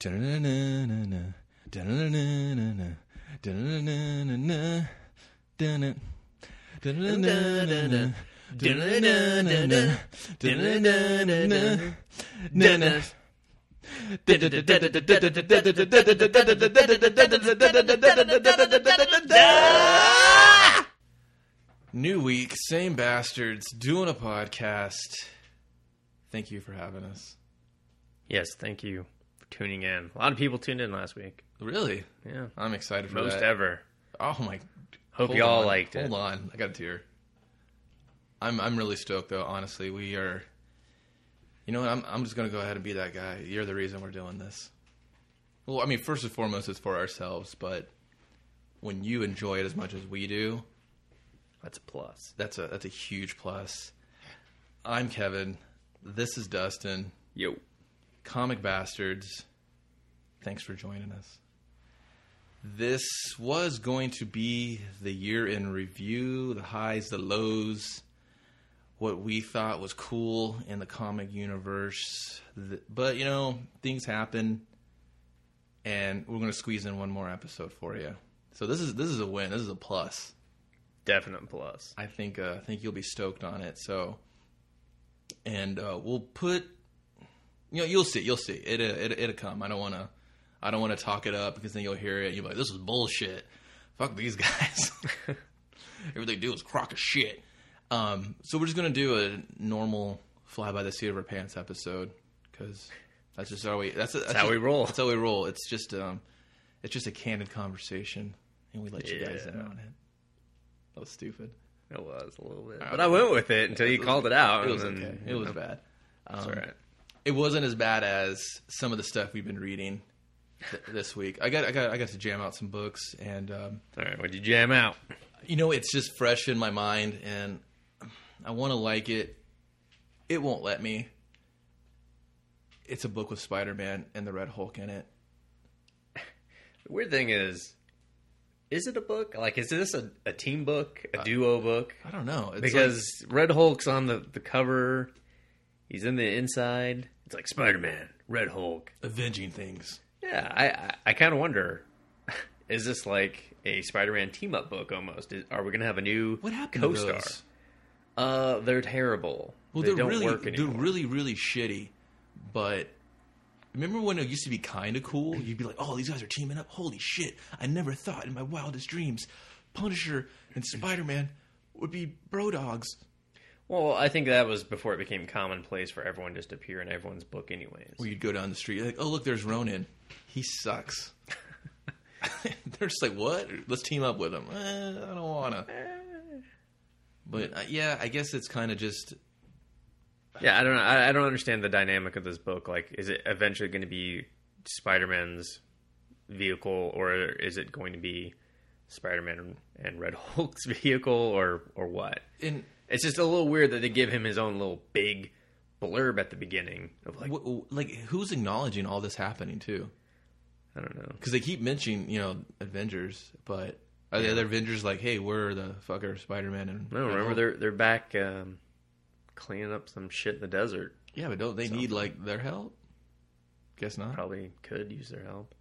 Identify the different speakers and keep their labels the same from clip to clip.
Speaker 1: Da-na-na-na-na-na. Da-na-na-na-na-na. Da-na-na-na-na-na. Da-na. Da-na-na-na-na. Da-na-na-na-na. Da-na-na-na-na. Na-na. New week, same bastards, doing a podcast. Thank you for having us.
Speaker 2: Yes, thank you for tuning in. A lot of people tuned in last week.
Speaker 1: Really?
Speaker 2: Yeah,
Speaker 1: I'm excited for
Speaker 2: most
Speaker 1: that.
Speaker 2: ever.
Speaker 1: Oh my!
Speaker 2: Hope
Speaker 1: hold
Speaker 2: y'all
Speaker 1: on,
Speaker 2: liked it.
Speaker 1: Hold on, I got a tear. I'm I'm really stoked though. Honestly, we are. You know what? I'm I'm just gonna go ahead and be that guy. You're the reason we're doing this. Well, I mean, first and foremost, it's for ourselves. But when you enjoy it as much as we do,
Speaker 2: That's a plus.
Speaker 1: that's a that's a huge plus. I'm Kevin. This is Dustin.
Speaker 2: Yo,
Speaker 1: Comic Bastards, thanks for joining us. This was going to be the year in review, the highs, the lows, what we thought was cool in the comic universe. Th- But, you know, things happen, and we're going to squeeze in one more episode for you. So this is this is a win. This is a plus.
Speaker 2: definite plus.
Speaker 1: I think uh, I think you'll be stoked on it. So, and uh, we'll put, you know, you'll see, you'll see it. uh, It it'll come. I don't want to, I don't want to talk it up because then you'll hear it. and You'll be like, this is bullshit. Fuck these guys. Everything they do is crock of shit. Um, so we're just gonna do a normal fly by the seat of our pants episode because that's just how we. That's, that's,
Speaker 2: how
Speaker 1: just-
Speaker 2: we roll.
Speaker 1: That's how we roll. It's just um, it's just a candid conversation, and we let you guys in
Speaker 2: Yeah.
Speaker 1: on it. That was stupid.
Speaker 2: It was a little bit, but I went with it until you called it out.
Speaker 1: It was
Speaker 2: Oh, and then,
Speaker 1: okay. It
Speaker 2: you
Speaker 1: was
Speaker 2: know,
Speaker 1: bad.
Speaker 2: It's all right.
Speaker 1: It wasn't as bad as some of the stuff we've been reading th- this week. I got I got I got to jam out some books, and um,
Speaker 2: All right. What'd you jam out?
Speaker 1: you know it's just fresh in my mind, and I want to like it. It won't let me. It's a book with Spider Man and the Red Hulk in it.
Speaker 2: The weird thing is, is it a book? Like, is this a, a team book, a duo book?
Speaker 1: I don't know it's
Speaker 2: Because Red Hulk's on the, the cover. He's in the inside. It's like Spider Man, Red Hulk.
Speaker 1: like avenging things.
Speaker 2: Yeah, I I, I kind of wonder, is this like a Spider-Man team up book almost? Is, are we gonna have a new
Speaker 1: What happened to
Speaker 2: co-star?
Speaker 1: those?
Speaker 2: Uh, they're terrible.
Speaker 1: Well,
Speaker 2: they
Speaker 1: they are
Speaker 2: don't
Speaker 1: really,
Speaker 2: work
Speaker 1: they're
Speaker 2: anymore.
Speaker 1: really, really shitty. But remember when it used to be kind of cool? You'd be like, "Oh, these guys are teaming up! Holy shit! I never thought in my wildest dreams, Punisher and Spider Man would be bro dogs."
Speaker 2: well, I think that was before it became commonplace for everyone just to appear in everyone's book, anyways.
Speaker 1: Or you'd go down the street, you're like, "Oh, look, there's Ronan. He sucks." they're just like, "What? Let's team up with him." Eh, I don't wanna. But uh, yeah, I guess it's kind of just
Speaker 2: yeah, I don't know. I, I don't understand the dynamic of this book. Like, is it eventually going to be Spider-Man's vehicle, or is it going to be Spider-Man and Red Hulk's vehicle, or or what?
Speaker 1: in.
Speaker 2: It's just a little weird that they give him his own little big blurb at the beginning of like
Speaker 1: Like, like, who's acknowledging all this happening too?
Speaker 2: I don't know.
Speaker 1: because they keep mentioning you know Avengers, but are the other Avengers like, hey, we're the fucker Spider Man and
Speaker 2: I
Speaker 1: Red
Speaker 2: don't remember
Speaker 1: Hulk?
Speaker 2: they're they're back um, cleaning up some shit in the desert.
Speaker 1: yeah, but don't they need like their help? Guess not.
Speaker 2: Probably could use their help.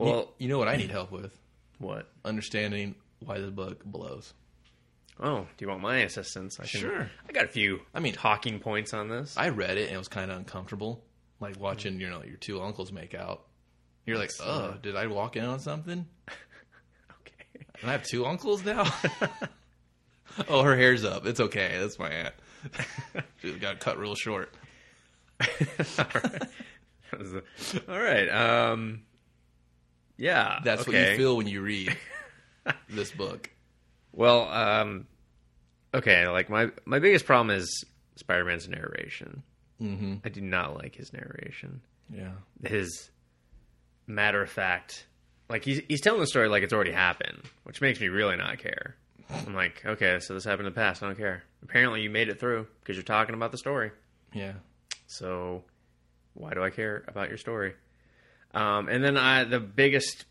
Speaker 1: You-
Speaker 2: Well,
Speaker 1: you, know what I need help with
Speaker 2: what?
Speaker 1: understanding why the book blows.
Speaker 2: Oh, do you want my assistance? I
Speaker 1: Sure.
Speaker 2: I got a few.
Speaker 1: I mean-
Speaker 2: talking points on this.
Speaker 1: I read it and it was kind of uncomfortable, like watching you know your two uncles make out. You're like,
Speaker 2: uh,
Speaker 1: oh, did I walk in on something?
Speaker 2: okay.
Speaker 1: And I have two uncles now. oh, her hair's up. It's okay. That's my aunt. she got cut real short.
Speaker 2: That was a- All right. Um, yeah.
Speaker 1: That's what you
Speaker 2: okay.
Speaker 1: feel when you read this book.
Speaker 2: Well, um, okay, like my my biggest problem is Spider Man's narration. Mm-hmm. I do not like his narration.
Speaker 1: Yeah.
Speaker 2: His matter of fact, like he's he's telling the story like it's already happened, which makes me really not care. I'm like, okay, so this happened in the past. I don't care. Apparently, you made it through because you're talking about the story.
Speaker 1: Yeah.
Speaker 2: So why do I care about your story? Um, and then I the biggest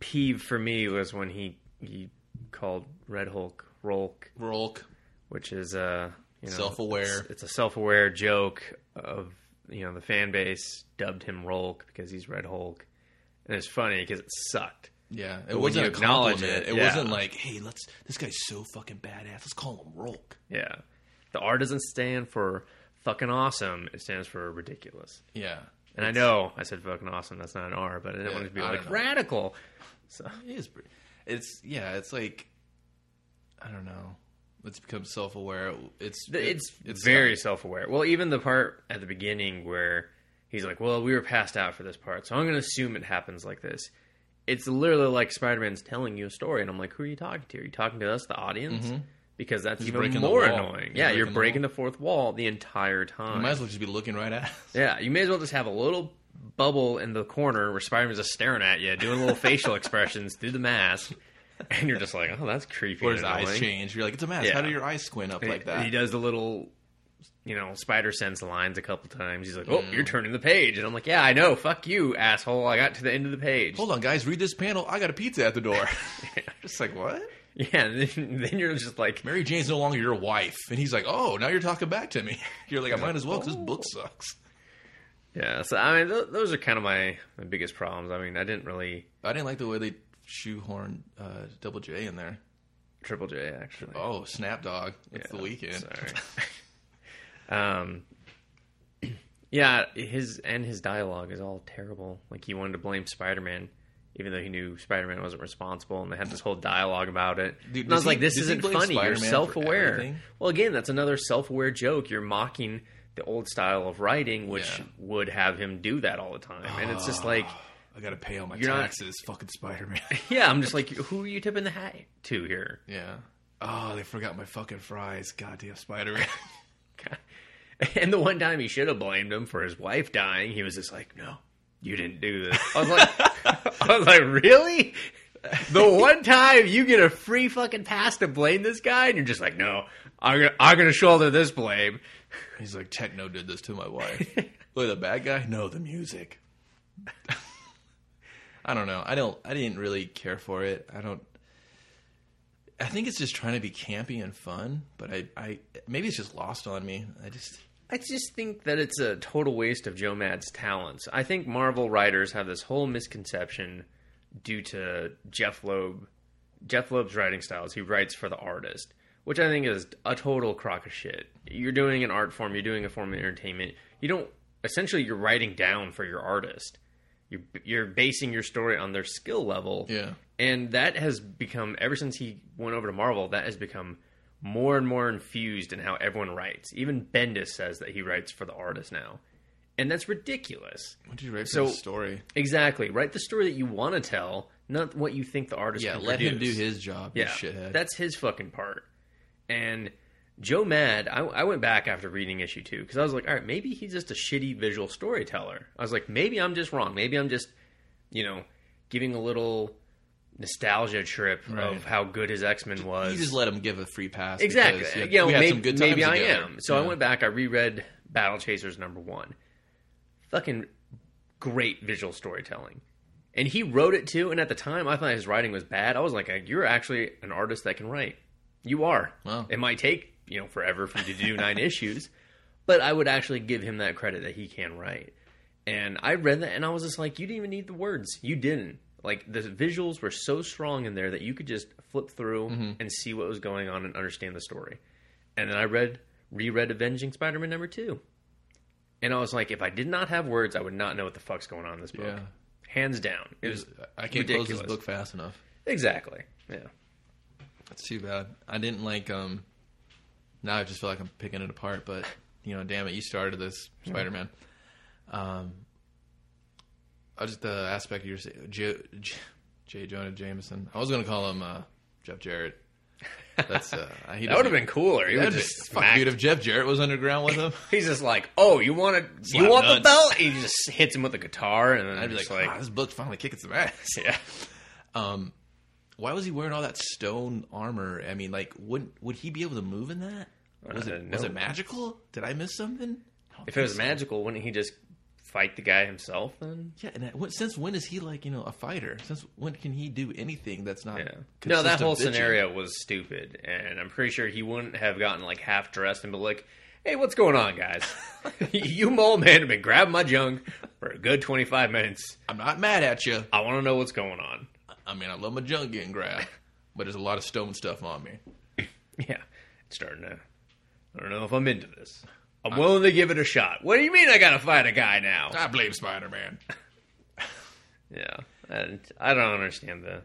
Speaker 2: peeve for me was when he he called Red Hulk Rolk,
Speaker 1: Rolk.
Speaker 2: which is uh you know,
Speaker 1: Self-aware.
Speaker 2: It's, it's a self aware joke of you know the fan base dubbed him Hulk because he's Red Hulk, and it's funny because it sucked.
Speaker 1: Yeah, it
Speaker 2: when
Speaker 1: wasn't
Speaker 2: you
Speaker 1: a
Speaker 2: acknowledge
Speaker 1: compliment.
Speaker 2: it,
Speaker 1: It,
Speaker 2: yeah.
Speaker 1: wasn't like, hey, let's this guy's so fucking badass. Let's call him Rolk.
Speaker 2: Yeah, the R doesn't stand for fucking awesome; it stands for ridiculous.
Speaker 1: Yeah,
Speaker 2: And I know I said fucking awesome. That's not an R, but I didn't
Speaker 1: Yeah,
Speaker 2: want it to be
Speaker 1: I
Speaker 2: like
Speaker 1: don't know.
Speaker 2: radical. So
Speaker 1: it is. Pretty, it's yeah, it's like I don't know. It's become self aware. It's
Speaker 2: th- it's
Speaker 1: it's
Speaker 2: very self-aware. Well, even the part at the beginning where he's like, "Well, we were passed out for this part, so I'm going to assume it happens like this." It's literally like Spider-Man's telling you a story, and I'm like, "Who are you talking to? Are you talking to us, the audience?" Because that's
Speaker 1: Mm-hmm. He's
Speaker 2: even
Speaker 1: breaking the
Speaker 2: more
Speaker 1: wall.
Speaker 2: annoying.
Speaker 1: He's
Speaker 2: yeah, you're
Speaker 1: breaking the
Speaker 2: breaking the fourth wall the entire time.
Speaker 1: You might as well just be looking right at. us.
Speaker 2: Yeah, you may as well just have a little bubble in the corner where Spider-Man's just staring at you, doing little facial expressions through the mask, and you're just like, "Oh, that's creepy."
Speaker 1: Or
Speaker 2: and
Speaker 1: his eyes
Speaker 2: annoying."
Speaker 1: change. You're like, it's a mask.
Speaker 2: Yeah.
Speaker 1: How do your eyes squint up
Speaker 2: And
Speaker 1: like
Speaker 2: he-
Speaker 1: that?
Speaker 2: He does the little, you know, spider sense lines a couple times. He's like, "Oh,
Speaker 1: Mm.
Speaker 2: you're turning the page," and I'm like, "Yeah, I know. Fuck you, asshole. I got to the end of the page."
Speaker 1: Hold on, guys. Read this panel. I got a pizza at the door. just like what?
Speaker 2: Yeah, and then, then you're just like,
Speaker 1: Mary Jane's no longer your wife, and he's like, oh, now you're talking back to me. You're like, I might as well because this book
Speaker 2: Oh.
Speaker 1: sucks.
Speaker 2: "Yeah." So I mean, th- those are kind of my my biggest problems. I mean, I didn't really
Speaker 1: I didn't like the way they shoehorned uh, Double J in there.
Speaker 2: Triple J actually.
Speaker 1: Oh, Snap Dog. It's
Speaker 2: Yeah,
Speaker 1: the weekend.
Speaker 2: Sorry. um, yeah, his and his dialogue is all terrible. Like he wanted to blame Spider Man, even though he knew Spider Man wasn't responsible, and they had this whole dialogue about it.
Speaker 1: Dude,
Speaker 2: and I
Speaker 1: does
Speaker 2: was like,
Speaker 1: he-
Speaker 2: "This
Speaker 1: does he
Speaker 2: isn't
Speaker 1: blame
Speaker 2: funny. You're
Speaker 1: Spider-Man for
Speaker 2: self aware."
Speaker 1: everything?
Speaker 2: Well, again, that's another self aware joke. You're mocking the old style of writing, which
Speaker 1: Yeah.
Speaker 2: would have him do that all the time, and it's just like.
Speaker 1: I gotta pay all my
Speaker 2: You're not-
Speaker 1: taxes. Fucking Spider Man.
Speaker 2: Yeah, I'm just like, who are you tipping the hat to here?
Speaker 1: yeah. Oh, they forgot my fucking fries. Goddamn Spider Man.
Speaker 2: God. And the one time he should have blamed him for his wife dying, he was just like, "No, you didn't do this." I was like, "I was like, really?" The one time you get a free fucking pass to blame this guy, and you're just like, "No, I'm gonna, I'm gonna shoulder this blame."
Speaker 1: he's like, Techno did this to my wife. Look, the bad guy. No, the music. I don't know. I don't. I didn't really care for it. I don't. I think it's just trying to be campy and fun, but I, I maybe it's just lost on me. I just
Speaker 2: I just think that it's a total waste of Joe Mad's talents. I think Marvel writers have this whole misconception due to Jeff Loeb, Jeff Loeb's writing styles. He writes for the artist, which I think is a total crock of shit. You're doing an art form. You're doing a form of entertainment. You don't essentially you're writing down for your artist. You're you're basing your story on their skill level.
Speaker 1: Yeah.
Speaker 2: And that has become ever since he went over to Marvel, that has become more and more infused in how everyone writes. Even Bendis says that he writes for the artist now. And that's ridiculous.
Speaker 1: what did you write for
Speaker 2: So-
Speaker 1: the story?
Speaker 2: Exactly. Write the story that you want to tell, not what you think the artist
Speaker 1: Yeah,
Speaker 2: can
Speaker 1: let him do
Speaker 2: produce.
Speaker 1: his job. Yeah,
Speaker 2: Yeah,
Speaker 1: shithead.
Speaker 2: that's his fucking part. And Joe Mad, I, I went back after reading issue two because I was like, all right, maybe he's just a shitty visual storyteller. I was like, maybe I'm just wrong. Maybe I'm just, you know, giving a little nostalgia trip
Speaker 1: Right.
Speaker 2: of how good his X Men was.
Speaker 1: you just let him give a free pass.
Speaker 2: Exactly.
Speaker 1: because,
Speaker 2: Yeah,
Speaker 1: yeah,
Speaker 2: you know,
Speaker 1: we had
Speaker 2: maybe,
Speaker 1: some good
Speaker 2: maybe
Speaker 1: times
Speaker 2: I
Speaker 1: together.
Speaker 2: am. So I
Speaker 1: Yeah.
Speaker 2: went back. I reread Battle Chasers number one. Fucking great visual storytelling, and he wrote it too. And at the time, I thought his writing was bad. I was like, "You're actually an artist that can write. You are.
Speaker 1: Wow.
Speaker 2: It might take you know forever for you to do nine issues, but I would actually give him that credit that he can write." And I read that, and I was just like, "You didn't even need the words. You didn't." Like the visuals were so strong in there that you could just flip through
Speaker 1: Mm-hmm.
Speaker 2: and see what was going on and understand the story. And then I read reread Avenging Spider-Man number 2. And I was like, if I did not have words, I would not know what the fuck's going on in this book.
Speaker 1: Yeah.
Speaker 2: Hands down. It was
Speaker 1: I can't close
Speaker 2: ridiculous.
Speaker 1: this book fast enough.
Speaker 2: exactly. Yeah.
Speaker 1: That's too bad. I didn't like. um Now I just feel like I'm picking it apart. But you know, damn it, you started this Spider-Man. Um, I just the aspect you're saying, J, J, J. Jonah Jameson. I was gonna call him uh, Jeff Jarrett. That's uh, he
Speaker 2: That would
Speaker 1: doesn't-
Speaker 2: have been cooler. He would
Speaker 1: That'd be-
Speaker 2: just
Speaker 1: fuck,
Speaker 2: smack.
Speaker 1: dude, if Jeff Jarrett was underground with him,
Speaker 2: He's just like, "Oh, you want to you
Speaker 1: Slap
Speaker 2: want the
Speaker 1: nuts.
Speaker 2: belt?" And he just hits him with a guitar and then
Speaker 1: I'd be like,
Speaker 2: just
Speaker 1: "Ah, this book's finally kicking some ass. Um,
Speaker 2: yeah.
Speaker 1: Why was he wearing all that stone armor? I mean, like, would would he be able to move in that? Was it
Speaker 2: don't
Speaker 1: was
Speaker 2: know.
Speaker 1: it magical? Did I miss something? I don't
Speaker 2: If it was
Speaker 1: think so.
Speaker 2: magical, wouldn't he just fight the guy himself then?
Speaker 1: Yeah, and that, what, since when is he like you know a fighter? Since when can he do anything that's not?
Speaker 2: Yeah. No,
Speaker 1: consistent
Speaker 2: that whole
Speaker 1: bitching?
Speaker 2: scenario was stupid, and I'm pretty sure he wouldn't have gotten like half dressed and be like, hey, what's going on, guys? you mole man have been grabbing my junk for a good 25 minutes.
Speaker 1: I'm not mad at you.
Speaker 2: I want to know what's going on.
Speaker 1: I mean, I love my junk getting grabbed, but there's a lot of stone stuff on me.
Speaker 2: Yeah, it's starting to. I don't know if I'm into this. I'm willing to give it a shot. What do you mean I gotta fight a guy now?
Speaker 1: I blame Spider Man.
Speaker 2: Yeah, and I don't understand the um,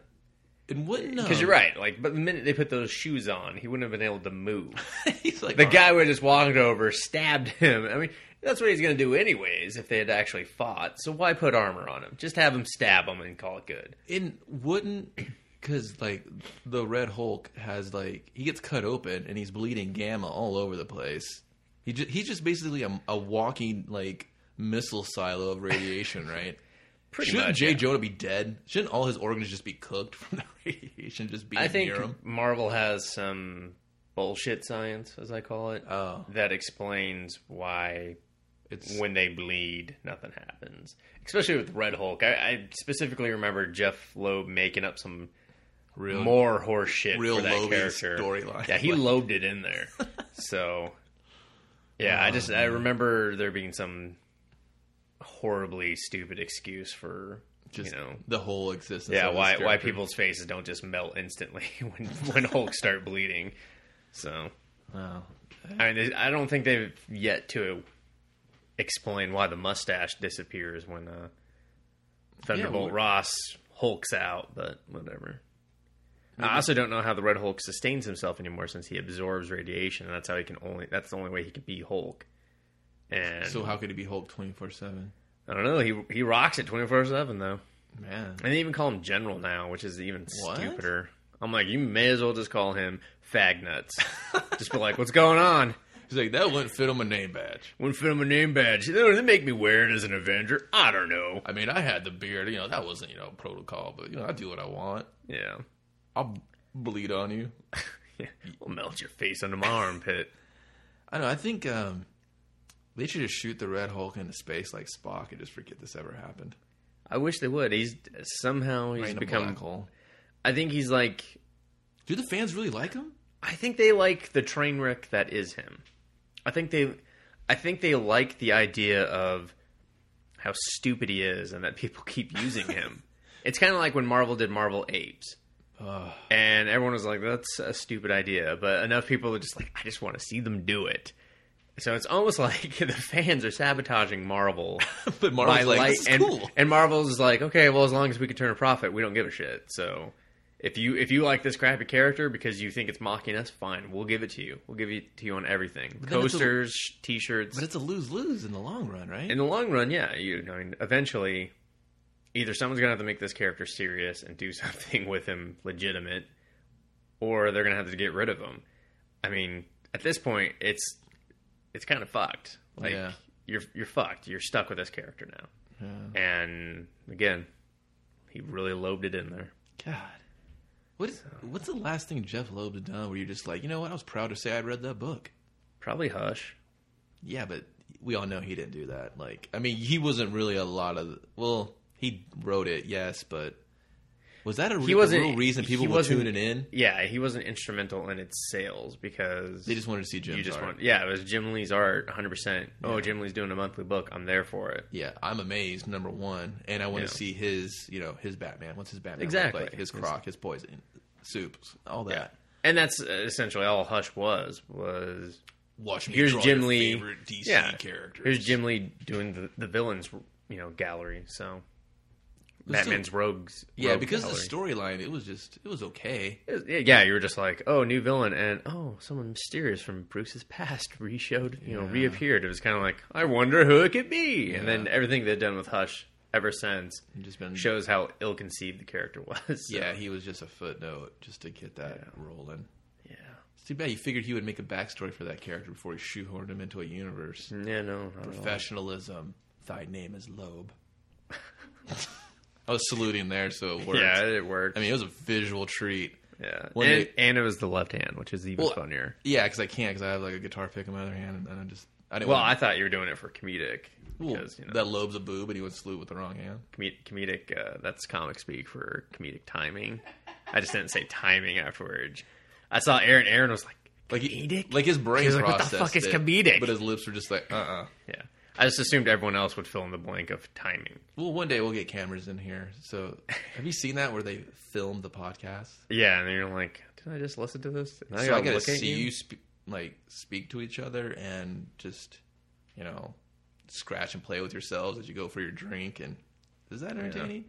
Speaker 1: And wouldn't um,
Speaker 2: because you're right. Like, but the minute they put those shoes on, he wouldn't have been able to move.
Speaker 1: He's like
Speaker 2: The
Speaker 1: "All
Speaker 2: guy would have just walked over, stabbed him. I mean, that's what he's gonna do anyways if they had actually fought. So why put armor on him? Just have him stab him and call it good.
Speaker 1: And wouldn't because like the Red Hulk has like he gets cut open and he's bleeding gamma all over the place. He ju- he's just basically a, a walking like missile silo of radiation, right?
Speaker 2: Pretty
Speaker 1: Shouldn't
Speaker 2: much,
Speaker 1: Jay
Speaker 2: yeah.
Speaker 1: Jonah be dead? Shouldn't all his organs just be cooked from the radiation just being
Speaker 2: I think
Speaker 1: near him?
Speaker 2: Marvel has some bullshit science, as I call it, uh,
Speaker 1: Oh,
Speaker 2: that explains why
Speaker 1: it's
Speaker 2: when they bleed, nothing happens. Especially with Red Hulk. I, I specifically remember Jeff Loeb making up some
Speaker 1: real.
Speaker 2: more horse shit
Speaker 1: real
Speaker 2: for that
Speaker 1: Loebing
Speaker 2: character.
Speaker 1: storyline.
Speaker 2: Yeah, he
Speaker 1: Like-
Speaker 2: lobed it in there. So, yeah, I just I remember there being some horribly stupid excuse for
Speaker 1: just
Speaker 2: you know
Speaker 1: the whole existence.
Speaker 2: yeah
Speaker 1: of
Speaker 2: why
Speaker 1: this
Speaker 2: why
Speaker 1: character.
Speaker 2: people's faces don't just melt instantly when when Hulk start bleeding. So
Speaker 1: Oh.
Speaker 2: I mean, they- I don't think they've yet to explain why the mustache disappears when uh, Thunderbolt
Speaker 1: what-
Speaker 2: Ross hulks out, but whatever. I also don't know how the Red Hulk sustains himself anymore since he absorbs radiation, and that's how he can only. That's the only way he could be Hulk. And
Speaker 1: So how could he be Hulk twenty four seven?
Speaker 2: I don't know. He he rocks it twenty four seven though,
Speaker 1: Man,
Speaker 2: and they even call him General now, which is even
Speaker 1: What?
Speaker 2: stupider. I'm like, you may as well just call him Fag Nuts. just be like, what's going on?
Speaker 1: he's like that wouldn't fit on my name badge.
Speaker 2: Wouldn't fit on my name badge. They they make me wear it as an Avenger. I don't know.
Speaker 1: I mean, I had the beard. You know, that wasn't you know protocol, but you know, I do what I want.
Speaker 2: Yeah.
Speaker 1: I'll bleed on you.
Speaker 2: yeah. I'll melt your face under my armpit.
Speaker 1: I know. I think um, they should just shoot the Red Hulk into space like Spock and just forget this ever happened.
Speaker 2: I wish they would. He's somehow he's
Speaker 1: Right in a
Speaker 2: become.
Speaker 1: black hole.
Speaker 2: I think he's like.
Speaker 1: Do the fans really like him?
Speaker 2: I think they like the train wreck that is him. I think they, I think they like the idea of how stupid he is and that people keep using him. it's kind of like when Marvel did Marvel Apes.
Speaker 1: Ugh.
Speaker 2: and everyone was like, "That's a stupid idea," but enough people are just like, "I just want to see them do it." So it's almost like the fans are sabotaging Marvel
Speaker 1: but Marvel's like,
Speaker 2: light-
Speaker 1: this is
Speaker 2: and
Speaker 1: cool.
Speaker 2: and Marvel's is like, "Okay, well, as long as we can turn a profit, we don't give a shit." So if you if you like this crappy character because you think it's mocking us, fine, we'll give it to you. We'll give it to you on everything:
Speaker 1: then it's a-
Speaker 2: coasters, t-shirts.
Speaker 1: But it's a lose lose in the long run, right?
Speaker 2: In the long run, yeah, you I mean, eventually, either someone's gonna have to make this character serious and do something with him legitimate, or they're gonna have to get rid of him. I mean, at this point, it's it's kind of fucked. Like
Speaker 1: Yeah.
Speaker 2: you're you're fucked. You're stuck with this character now.
Speaker 1: Yeah.
Speaker 2: And again, he really lobed it in there.
Speaker 1: God. What is, what's the last thing Jeff Loeb had done where you're just like, you know what? I was proud to say I read that book.
Speaker 2: Probably Hush.
Speaker 1: Yeah, but we all know he didn't do that. Like, I mean, he wasn't really a lot of. Well, he wrote it, yes, but was that a, re-
Speaker 2: He wasn't-
Speaker 1: a real reason
Speaker 2: he
Speaker 1: people were
Speaker 2: wasn't-
Speaker 1: tuning in?
Speaker 2: Yeah, he wasn't instrumental in its sales because
Speaker 1: They just wanted to see Jim.
Speaker 2: you just
Speaker 1: art.
Speaker 2: want yeah, it was Jim Lee's art, 100. percent Oh, Jim Lee's doing a monthly book. I'm there for it.
Speaker 1: Yeah, I'm amazed. Number one, and I want
Speaker 2: Yeah.
Speaker 1: to see his, you know, his Batman. What's his Batman? look
Speaker 2: Exactly.
Speaker 1: like? his Croc, his poison, soups, all that.
Speaker 2: And that's uh, essentially all Hush was was
Speaker 1: Watch me.
Speaker 2: here's
Speaker 1: draw
Speaker 2: Jim
Speaker 1: your
Speaker 2: Lee
Speaker 1: favorite DC
Speaker 2: yeah,
Speaker 1: characters.
Speaker 2: Here's Jim Lee doing the, the villains you know gallery. So Batman's rogues.
Speaker 1: Yeah,
Speaker 2: rogue
Speaker 1: because
Speaker 2: gallery.
Speaker 1: the storyline, it was just, it was okay.
Speaker 2: It was- yeah, you were just like, oh, new villain, and oh, someone mysterious from Bruce's past re-showed, you know,
Speaker 1: Yeah.
Speaker 2: reappeared. It was kind of like, I wonder who it could be. And then everything they've done with Hush ever since
Speaker 1: It just been
Speaker 2: shows how ill-conceived the character was. So,
Speaker 1: Yeah, he was just a footnote just to get that rolling.
Speaker 2: yeah,
Speaker 1: It's too bad you figured he would make a backstory for that character before he shoehorned him into a universe.
Speaker 2: yeah, no, not at all.
Speaker 1: Professionalism. Thy name is Loeb. I was saluting there, so it worked.
Speaker 2: yeah, it worked.
Speaker 1: I mean, it was a visual treat.
Speaker 2: Yeah,
Speaker 1: When
Speaker 2: and,
Speaker 1: they-
Speaker 2: and it was the left hand, which is even
Speaker 1: Well,
Speaker 2: funnier.
Speaker 1: Yeah, because I can't, because I have like a guitar pick in my other hand, and I just I didn't.
Speaker 2: Well, I
Speaker 1: want
Speaker 2: thought you were doing it for comedic
Speaker 1: Ooh,
Speaker 2: because you know
Speaker 1: that Loeb's a boob, and he would salute with the wrong hand.
Speaker 2: comed- comedic. Uh, that's comic speak for comedic timing. I just didn't say timing afterwards. I saw Aaron. Aaron was like,
Speaker 1: Like he-
Speaker 2: Comedic?
Speaker 1: like his brain
Speaker 2: He was like, "What the
Speaker 1: processed
Speaker 2: fuck is
Speaker 1: it,
Speaker 2: comedic?"
Speaker 1: but his lips were just like, uh, uh
Speaker 2: Yeah. I just assumed everyone else would fill in the blank of timing.
Speaker 1: Well, one day we'll get cameras in here. So, have you seen that where they filmed the podcast?
Speaker 2: Yeah, and then you're like, did I just listen to this? And
Speaker 1: so I
Speaker 2: gotta
Speaker 1: gotta
Speaker 2: look at
Speaker 1: see you, sp- like speak to each other and just, you know, scratch and play with yourselves as you go for your drink. And is that entertaining?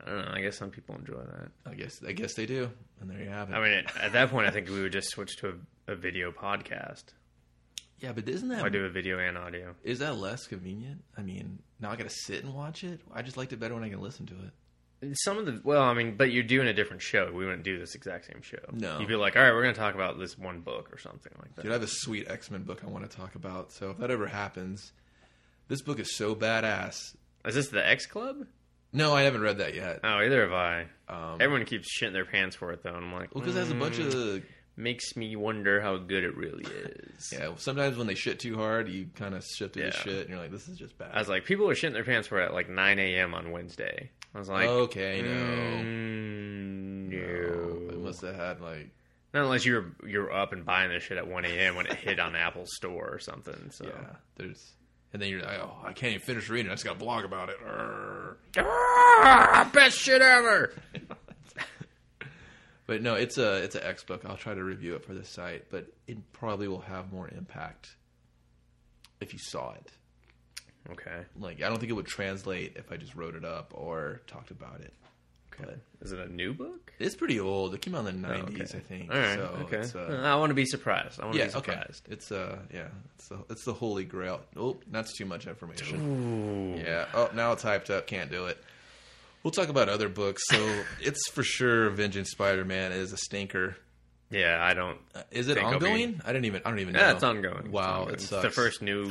Speaker 2: I don't know. I guess some people enjoy that.
Speaker 1: I guess I guess they do. And there you have it.
Speaker 2: I mean, at, at that point, I think we would just switch to a, a video podcast.
Speaker 1: yeah, but isn't that
Speaker 2: I do a video and audio.
Speaker 1: is that less convenient? I mean, now I gotta sit and watch it. I just liked it better when I can listen to it.
Speaker 2: Some of the well, I mean, but you're doing a different show. We wouldn't do this exact same show.
Speaker 1: No.
Speaker 2: you'd be like, all right, we're going to talk about this one book or something like that.
Speaker 1: Dude, I have a sweet X Men book I want to talk about. So if that ever happens, this book is so badass.
Speaker 2: Is this the X Club?
Speaker 1: No, I haven't read that yet.
Speaker 2: Oh, either have I.
Speaker 1: Um,
Speaker 2: Everyone keeps shitting their pants for it though, and I'm like,
Speaker 1: Well, because it has a bunch
Speaker 2: "Mm,
Speaker 1: of
Speaker 2: makes me wonder how good it really is.
Speaker 1: yeah. Sometimes when they shit too hard, you kind of shift to
Speaker 2: Yeah.
Speaker 1: shit, and you're like, "This is just bad."
Speaker 2: I was like, people are shitting their pants for it at like 9 a.m. on Wednesday. I was like,
Speaker 1: okay, no,
Speaker 2: mm,
Speaker 1: No. it
Speaker 2: no.
Speaker 1: must have had like
Speaker 2: Not unless you're you're up and buying this shit at 1 a.m. when it hit on Apple Store or something. So
Speaker 1: yeah. There's and then you're like, "Oh, I can't even finish reading. I just got to blog about it." Arr.
Speaker 2: Ah, best shit ever.
Speaker 1: But no, it's a it's an X book. I'll try to review it for the site, but it probably will have more impact if you saw it.
Speaker 2: Okay.
Speaker 1: Like, I don't think it would translate if I just wrote it up or talked about it. But
Speaker 2: Is it a new book?
Speaker 1: it's pretty old. It came out in the
Speaker 2: Oh,
Speaker 1: '90s,
Speaker 2: okay.
Speaker 1: I think.
Speaker 2: All right.
Speaker 1: So
Speaker 2: okay.
Speaker 1: It's, uh,
Speaker 2: Uh, I want to be surprised. I want to
Speaker 1: yeah,
Speaker 2: be
Speaker 1: okay.
Speaker 2: surprised.
Speaker 1: It's uh, yeah, it's the it's the holy grail. Oh, that's too much information.
Speaker 2: Ooh.
Speaker 1: yeah. Oh, now it's hyped up. Can't do it. We'll talk about other books. So it's for sure. Vengeance Spider-Man is a stinker.
Speaker 2: Yeah, I don't.
Speaker 1: Uh, is it
Speaker 2: Think I'll be-
Speaker 1: ongoing? I don't even. I don't even know.
Speaker 2: Yeah, it's ongoing.
Speaker 1: Wow,
Speaker 2: it's, ongoing.
Speaker 1: it
Speaker 2: It's
Speaker 1: sucks.
Speaker 2: the first new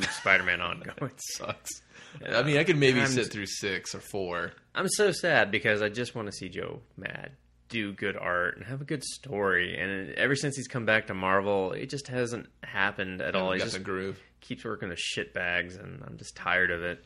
Speaker 2: Spider-Man ongoing.
Speaker 1: sucks. I mean, I could maybe
Speaker 2: I'm
Speaker 1: sit
Speaker 2: just-
Speaker 1: through six or four.
Speaker 2: I'm so sad because I just want to see Joe mad, do good art, and have a good story. And ever since he's come back to Marvel, it just hasn't happened at all.
Speaker 1: Got
Speaker 2: He
Speaker 1: the
Speaker 2: just
Speaker 1: groove.
Speaker 2: keeps working the shit bags, and I'm just tired of it.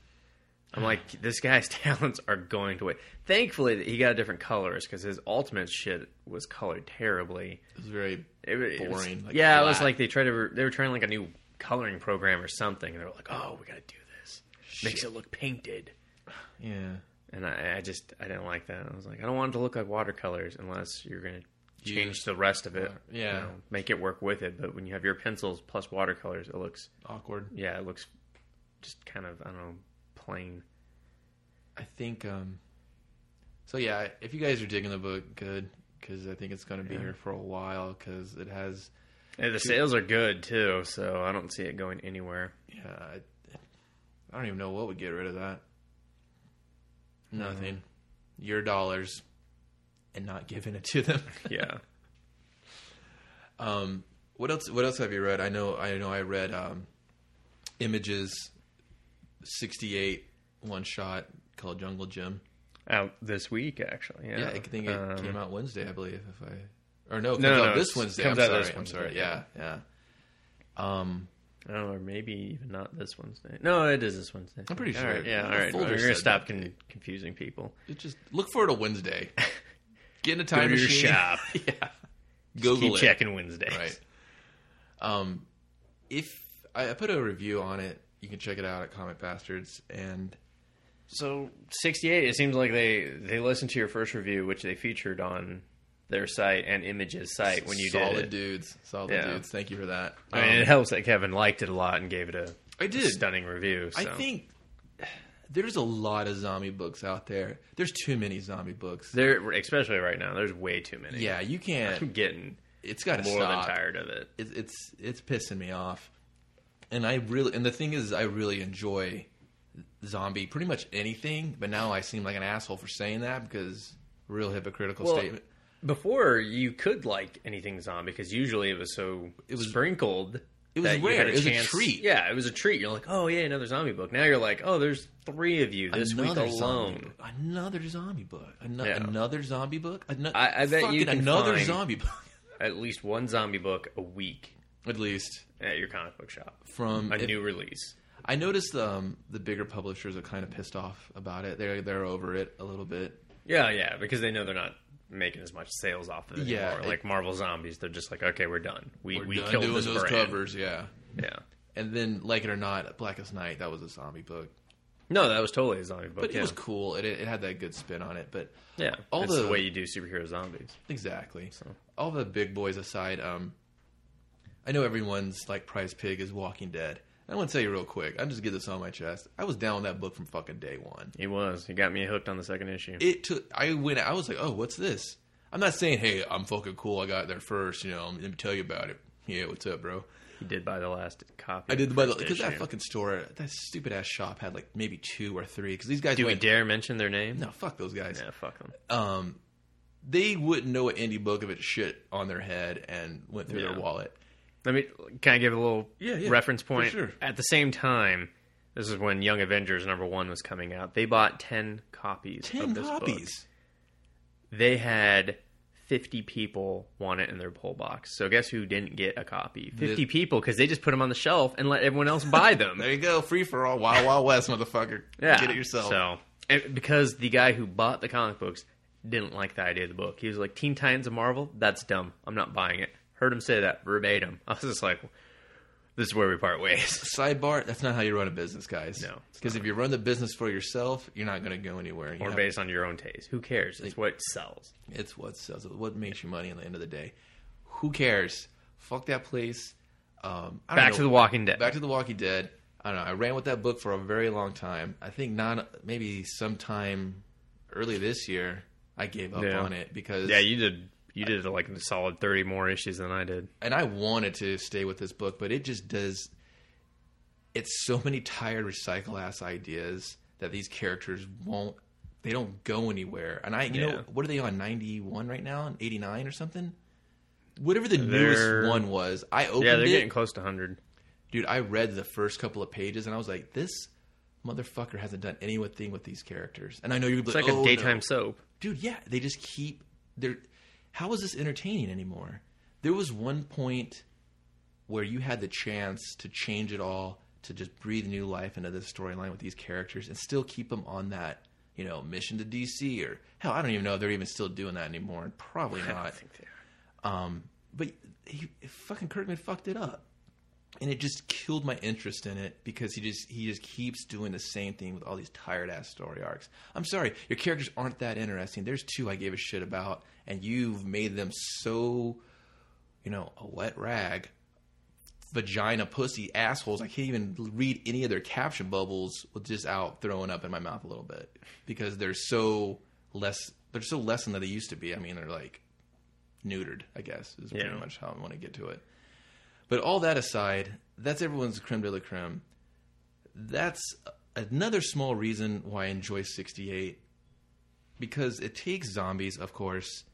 Speaker 2: I'm like, this guy's talents are going to waste. Thankfully, he got different colors because his ultimate shit was colored terribly.
Speaker 1: It was very.
Speaker 2: It, it was-
Speaker 1: Boring, like
Speaker 2: yeah, it was
Speaker 1: black.
Speaker 2: like they tried to. They were trying like a new coloring program or something, and they were like, "Oh, we gotta do this. Makes it look painted."
Speaker 1: Yeah.
Speaker 2: and I, I just I didn't like that. I was like, I don't want it to look like watercolors unless you're gonna change the rest of it.
Speaker 1: yeah.
Speaker 2: you know, make it work with it. But when you have your pencils plus watercolors, it looks
Speaker 1: Awkward.
Speaker 2: yeah, it looks just kind of I don't know plain.
Speaker 1: I think. um So yeah, if you guys are digging the book, good because I think it's going to be here for a while because it has.
Speaker 2: And the sales are good too, so I don't see it going anywhere.
Speaker 1: Yeah, I, I don't even know what would get rid of that. Nothing. Your dollars, and not giving it to them.
Speaker 2: Yeah,
Speaker 1: Um, what else? What else have you read? I know. I know. I read um, Images, sixty eight one shot called Jungle Gym.
Speaker 2: out this week actually. Yeah,
Speaker 1: Yeah, I think it
Speaker 2: Um,
Speaker 1: came out Wednesday, I believe. If I or no, it comes
Speaker 2: No, no,
Speaker 1: out
Speaker 2: no,
Speaker 1: this
Speaker 2: it's-
Speaker 1: Wednesday.
Speaker 2: comes
Speaker 1: I'm
Speaker 2: out
Speaker 1: sorry.
Speaker 2: this
Speaker 1: I'm
Speaker 2: Wednesday,
Speaker 1: sorry. Yeah,
Speaker 2: yeah.
Speaker 1: yeah. Um,
Speaker 2: I don't know, or maybe even not this Wednesday. No, it is this Wednesday.
Speaker 1: I'm pretty
Speaker 2: All
Speaker 1: sure
Speaker 2: right, yeah,
Speaker 1: the
Speaker 2: all right. We're
Speaker 1: folder
Speaker 2: gonna
Speaker 1: said
Speaker 2: stop
Speaker 1: that
Speaker 2: con-
Speaker 1: date.
Speaker 2: confusing people.
Speaker 1: it just look for it a Wednesday. Get in a time
Speaker 2: Go to your
Speaker 1: machine.
Speaker 2: shop.
Speaker 1: yeah. Google
Speaker 2: Keep
Speaker 1: it.
Speaker 2: checking Wednesdays.
Speaker 1: Right. Um, if I, I put a review on it, you can check it out at Comic Bastards and.
Speaker 2: So sixty-eight. It seems like they they listened to your first review, which they featured on their site and Images site when you
Speaker 1: solid
Speaker 2: did it.
Speaker 1: dudes, solid
Speaker 2: Yeah.
Speaker 1: dudes. Thank you for that.
Speaker 2: I mean,
Speaker 1: Um,
Speaker 2: it helps that Kevin liked it a lot and gave it a
Speaker 1: I did.
Speaker 2: stunning review. So.
Speaker 1: I think there's a lot of zombie books out there. There's too many zombie books.
Speaker 2: there, especially right now, there's way too many.
Speaker 1: Yeah, you
Speaker 2: I'm
Speaker 1: can't.
Speaker 2: getting
Speaker 1: It's got to
Speaker 2: more than
Speaker 1: stop.
Speaker 2: tired of it.
Speaker 1: It, it's it's pissing me off. And I really and the thing is, I really enjoy zombie pretty much anything. But now I seem like an asshole for saying that because real hypocritical
Speaker 2: Well,
Speaker 1: statement.
Speaker 2: Before you could like anything zombie because usually it was so it
Speaker 1: was-
Speaker 2: was sprinkled.
Speaker 1: It was
Speaker 2: that you had
Speaker 1: rare. It was a
Speaker 2: chance-
Speaker 1: treat.
Speaker 2: Yeah, it was a treat. You're like, oh yeah, another zombie book. Now you're like, oh, there's three of you this week alone.
Speaker 1: Zombie book. Another zombie book. Ano-
Speaker 2: Yeah.
Speaker 1: Another zombie book. Ano-
Speaker 2: I- I bet you
Speaker 1: fucking
Speaker 2: can
Speaker 1: another
Speaker 2: find-
Speaker 1: zombie book.
Speaker 2: at least one zombie book a week
Speaker 1: At least
Speaker 2: at your comic book shop.
Speaker 1: from
Speaker 2: A
Speaker 1: if-
Speaker 2: new release.
Speaker 1: I noticed um, the bigger publishers are kind of pissed off about it. They're they're over it a little bit.
Speaker 2: Yeah, yeah, because they know they're not making as much sales off of it
Speaker 1: Yeah,
Speaker 2: anymore.
Speaker 1: it-
Speaker 2: like Marvel Zombies, they're just like, okay, we're done. We
Speaker 1: We're
Speaker 2: we
Speaker 1: done
Speaker 2: killed
Speaker 1: doing
Speaker 2: this
Speaker 1: those
Speaker 2: brand.
Speaker 1: covers, yeah.
Speaker 2: Yeah.
Speaker 1: And then, like it or not, Blackest Night that was a zombie book,
Speaker 2: No, that was totally a zombie book.
Speaker 1: but
Speaker 2: yeah.
Speaker 1: it was cool. It, it had that good spin on it. But
Speaker 2: yeah.
Speaker 1: all
Speaker 2: It's the,
Speaker 1: the-
Speaker 2: way you do superhero zombies.
Speaker 1: Exactly. All the big boys aside, um, I know everyone's like prize pig is Walking Dead. I want to tell you real quick. I just get this on my chest. I was down with that book from fucking day one.
Speaker 2: It was. It got me hooked on the second issue.
Speaker 1: It took. I went. I was like, oh, what's this? I'm not saying, hey, I'm fucking cool. I got there first. You know, let me tell you about it. Yeah, what's up, bro?
Speaker 2: He did buy the last copy.
Speaker 1: I did the
Speaker 2: first
Speaker 1: because that
Speaker 2: issue.
Speaker 1: fucking store, that stupid ass shop had like maybe two or three. Because these guys
Speaker 2: Do we
Speaker 1: went,
Speaker 2: dare mention their name?
Speaker 1: no, fuck those guys.
Speaker 2: Yeah, fuck them.
Speaker 1: um, they wouldn't know an indie book if it shit on their head and went through
Speaker 2: Yeah.
Speaker 1: their wallet.
Speaker 2: Let me can I give a little
Speaker 1: Yeah, yeah,
Speaker 2: reference
Speaker 1: for
Speaker 2: point.
Speaker 1: sure.
Speaker 2: At the same time, this is when Young Avengers number one was coming out. They bought ten copies.
Speaker 1: Ten
Speaker 2: of this book.
Speaker 1: copies.
Speaker 2: They had fifty people want it in their pull box. So guess who didn't get a copy? Fifty people because they just put them on the shelf and let everyone else buy them.
Speaker 1: There you go, free for all, Wild Wild West, motherfucker.
Speaker 2: yeah,
Speaker 1: Get it yourself.
Speaker 2: So and because the guy who bought the comic books didn't like the idea of the book, he was like, "Teen Titans of Marvel, that's dumb. I'm not buying it." Heard him say that verbatim. I was just like, "This is where we part ways."
Speaker 1: Sidebar: That's not how you run a business, guys.
Speaker 2: No, it's
Speaker 1: because if you run the business for yourself, you're not going to go anywhere. You
Speaker 2: or
Speaker 1: have-
Speaker 2: based on your own taste. Who cares? It's what sells.
Speaker 1: it's what sells, it, what makes you money. At the end of the day, who cares? Fuck that place. Um, I don't
Speaker 2: Back to
Speaker 1: know.
Speaker 2: The Walking Dead.
Speaker 1: Back to the Walking Dead. I don't know. I ran with that book for a very long time. I think not maybe sometime early this year. I gave up
Speaker 2: Yeah.
Speaker 1: on it because
Speaker 2: yeah, you did. You did like a solid thirty more issues than I did.
Speaker 1: and I wanted to stay with this book, but it just does. It's so many tired recycle ass ideas that these characters won't. They don't go anywhere. And I, you
Speaker 2: Yeah.
Speaker 1: know, what are they on ninety one right now? Eighty nine or something? Whatever the newest
Speaker 2: They're-
Speaker 1: one was, I opened
Speaker 2: Yeah, they're
Speaker 1: it,
Speaker 2: getting close to hundred.
Speaker 1: dude. I read the first couple of pages and I was like, this motherfucker hasn't done anything with these characters. And I know you're
Speaker 2: It's like a daytime soap.
Speaker 1: dude yeah they just keep they're how is this entertaining anymore there was one point where you had the chance to change it all to just breathe new life into this storyline with these characters and still keep them on that you know mission to dc or hell i don't even know if they're even still doing that anymore probably not um but he fucking kirkman fucked it up and it just killed my interest in it because he just he just keeps doing the same thing with all these tired ass story arcs. I'm sorry, your characters aren't that interesting. There's two I gave a shit about, and you've made them so, you know, a wet rag, vagina pussy assholes. I can't even read any of their caption bubbles with just out throwing up in my mouth a little bit because they're so less. They're so less than they used to be. I mean, they're like neutered. I guess is
Speaker 2: Yeah.
Speaker 1: pretty much how I want to get to it. But all that aside, that's everyone's creme de la creme. That's another small reason why I enjoy 68 because it takes zombies, of course,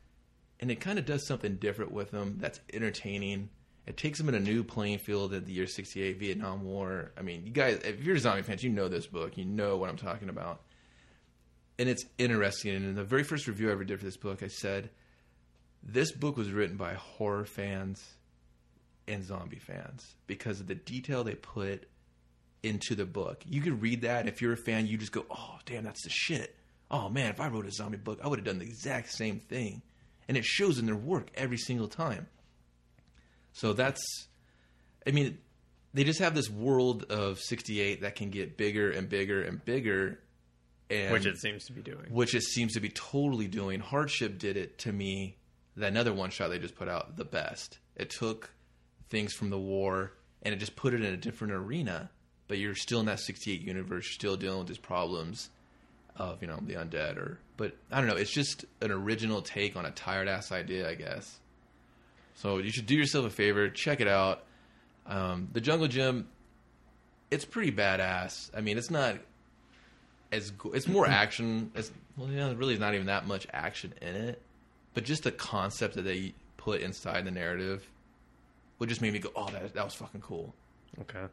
Speaker 1: and it kind of does something different with them that's entertaining. It takes them in a new playing field at the year 68 Vietnam War. I mean, you guys, if you're zombie fans, you know this book, you know what I'm talking about. And it's interesting. And in the very first review I ever did for this book, I said, This book was written by horror fans and zombie fans because of the detail they put into the book. You could read that, and if you're a fan, you just go, "Oh, damn, that's the shit." Oh man, if I wrote a zombie book, I would have done the exact same thing, and it shows in their work every single time. So that's, I mean, they just have this world of '68 that can get bigger and bigger and bigger, and
Speaker 2: Which it seems to be doing.
Speaker 1: which it seems to be totally doing. Hardship did it to me. That another one shot they just put out the best. It took things from the war and it just put it in a different arena. But you're still in that 68 universe, you're still dealing with these problems of you know the undead or. But I don't know. It's just an original take on a tired ass idea, I guess. So you should do yourself a favor, check it out. Um, the Jungle Gym, it's pretty badass. I mean, it's not as go- it's more action. It's well, you know, there really is not even that much action in it, but just the concept that they put inside the narrative would just make me go, "Oh, that that was fucking cool."
Speaker 2: Okay.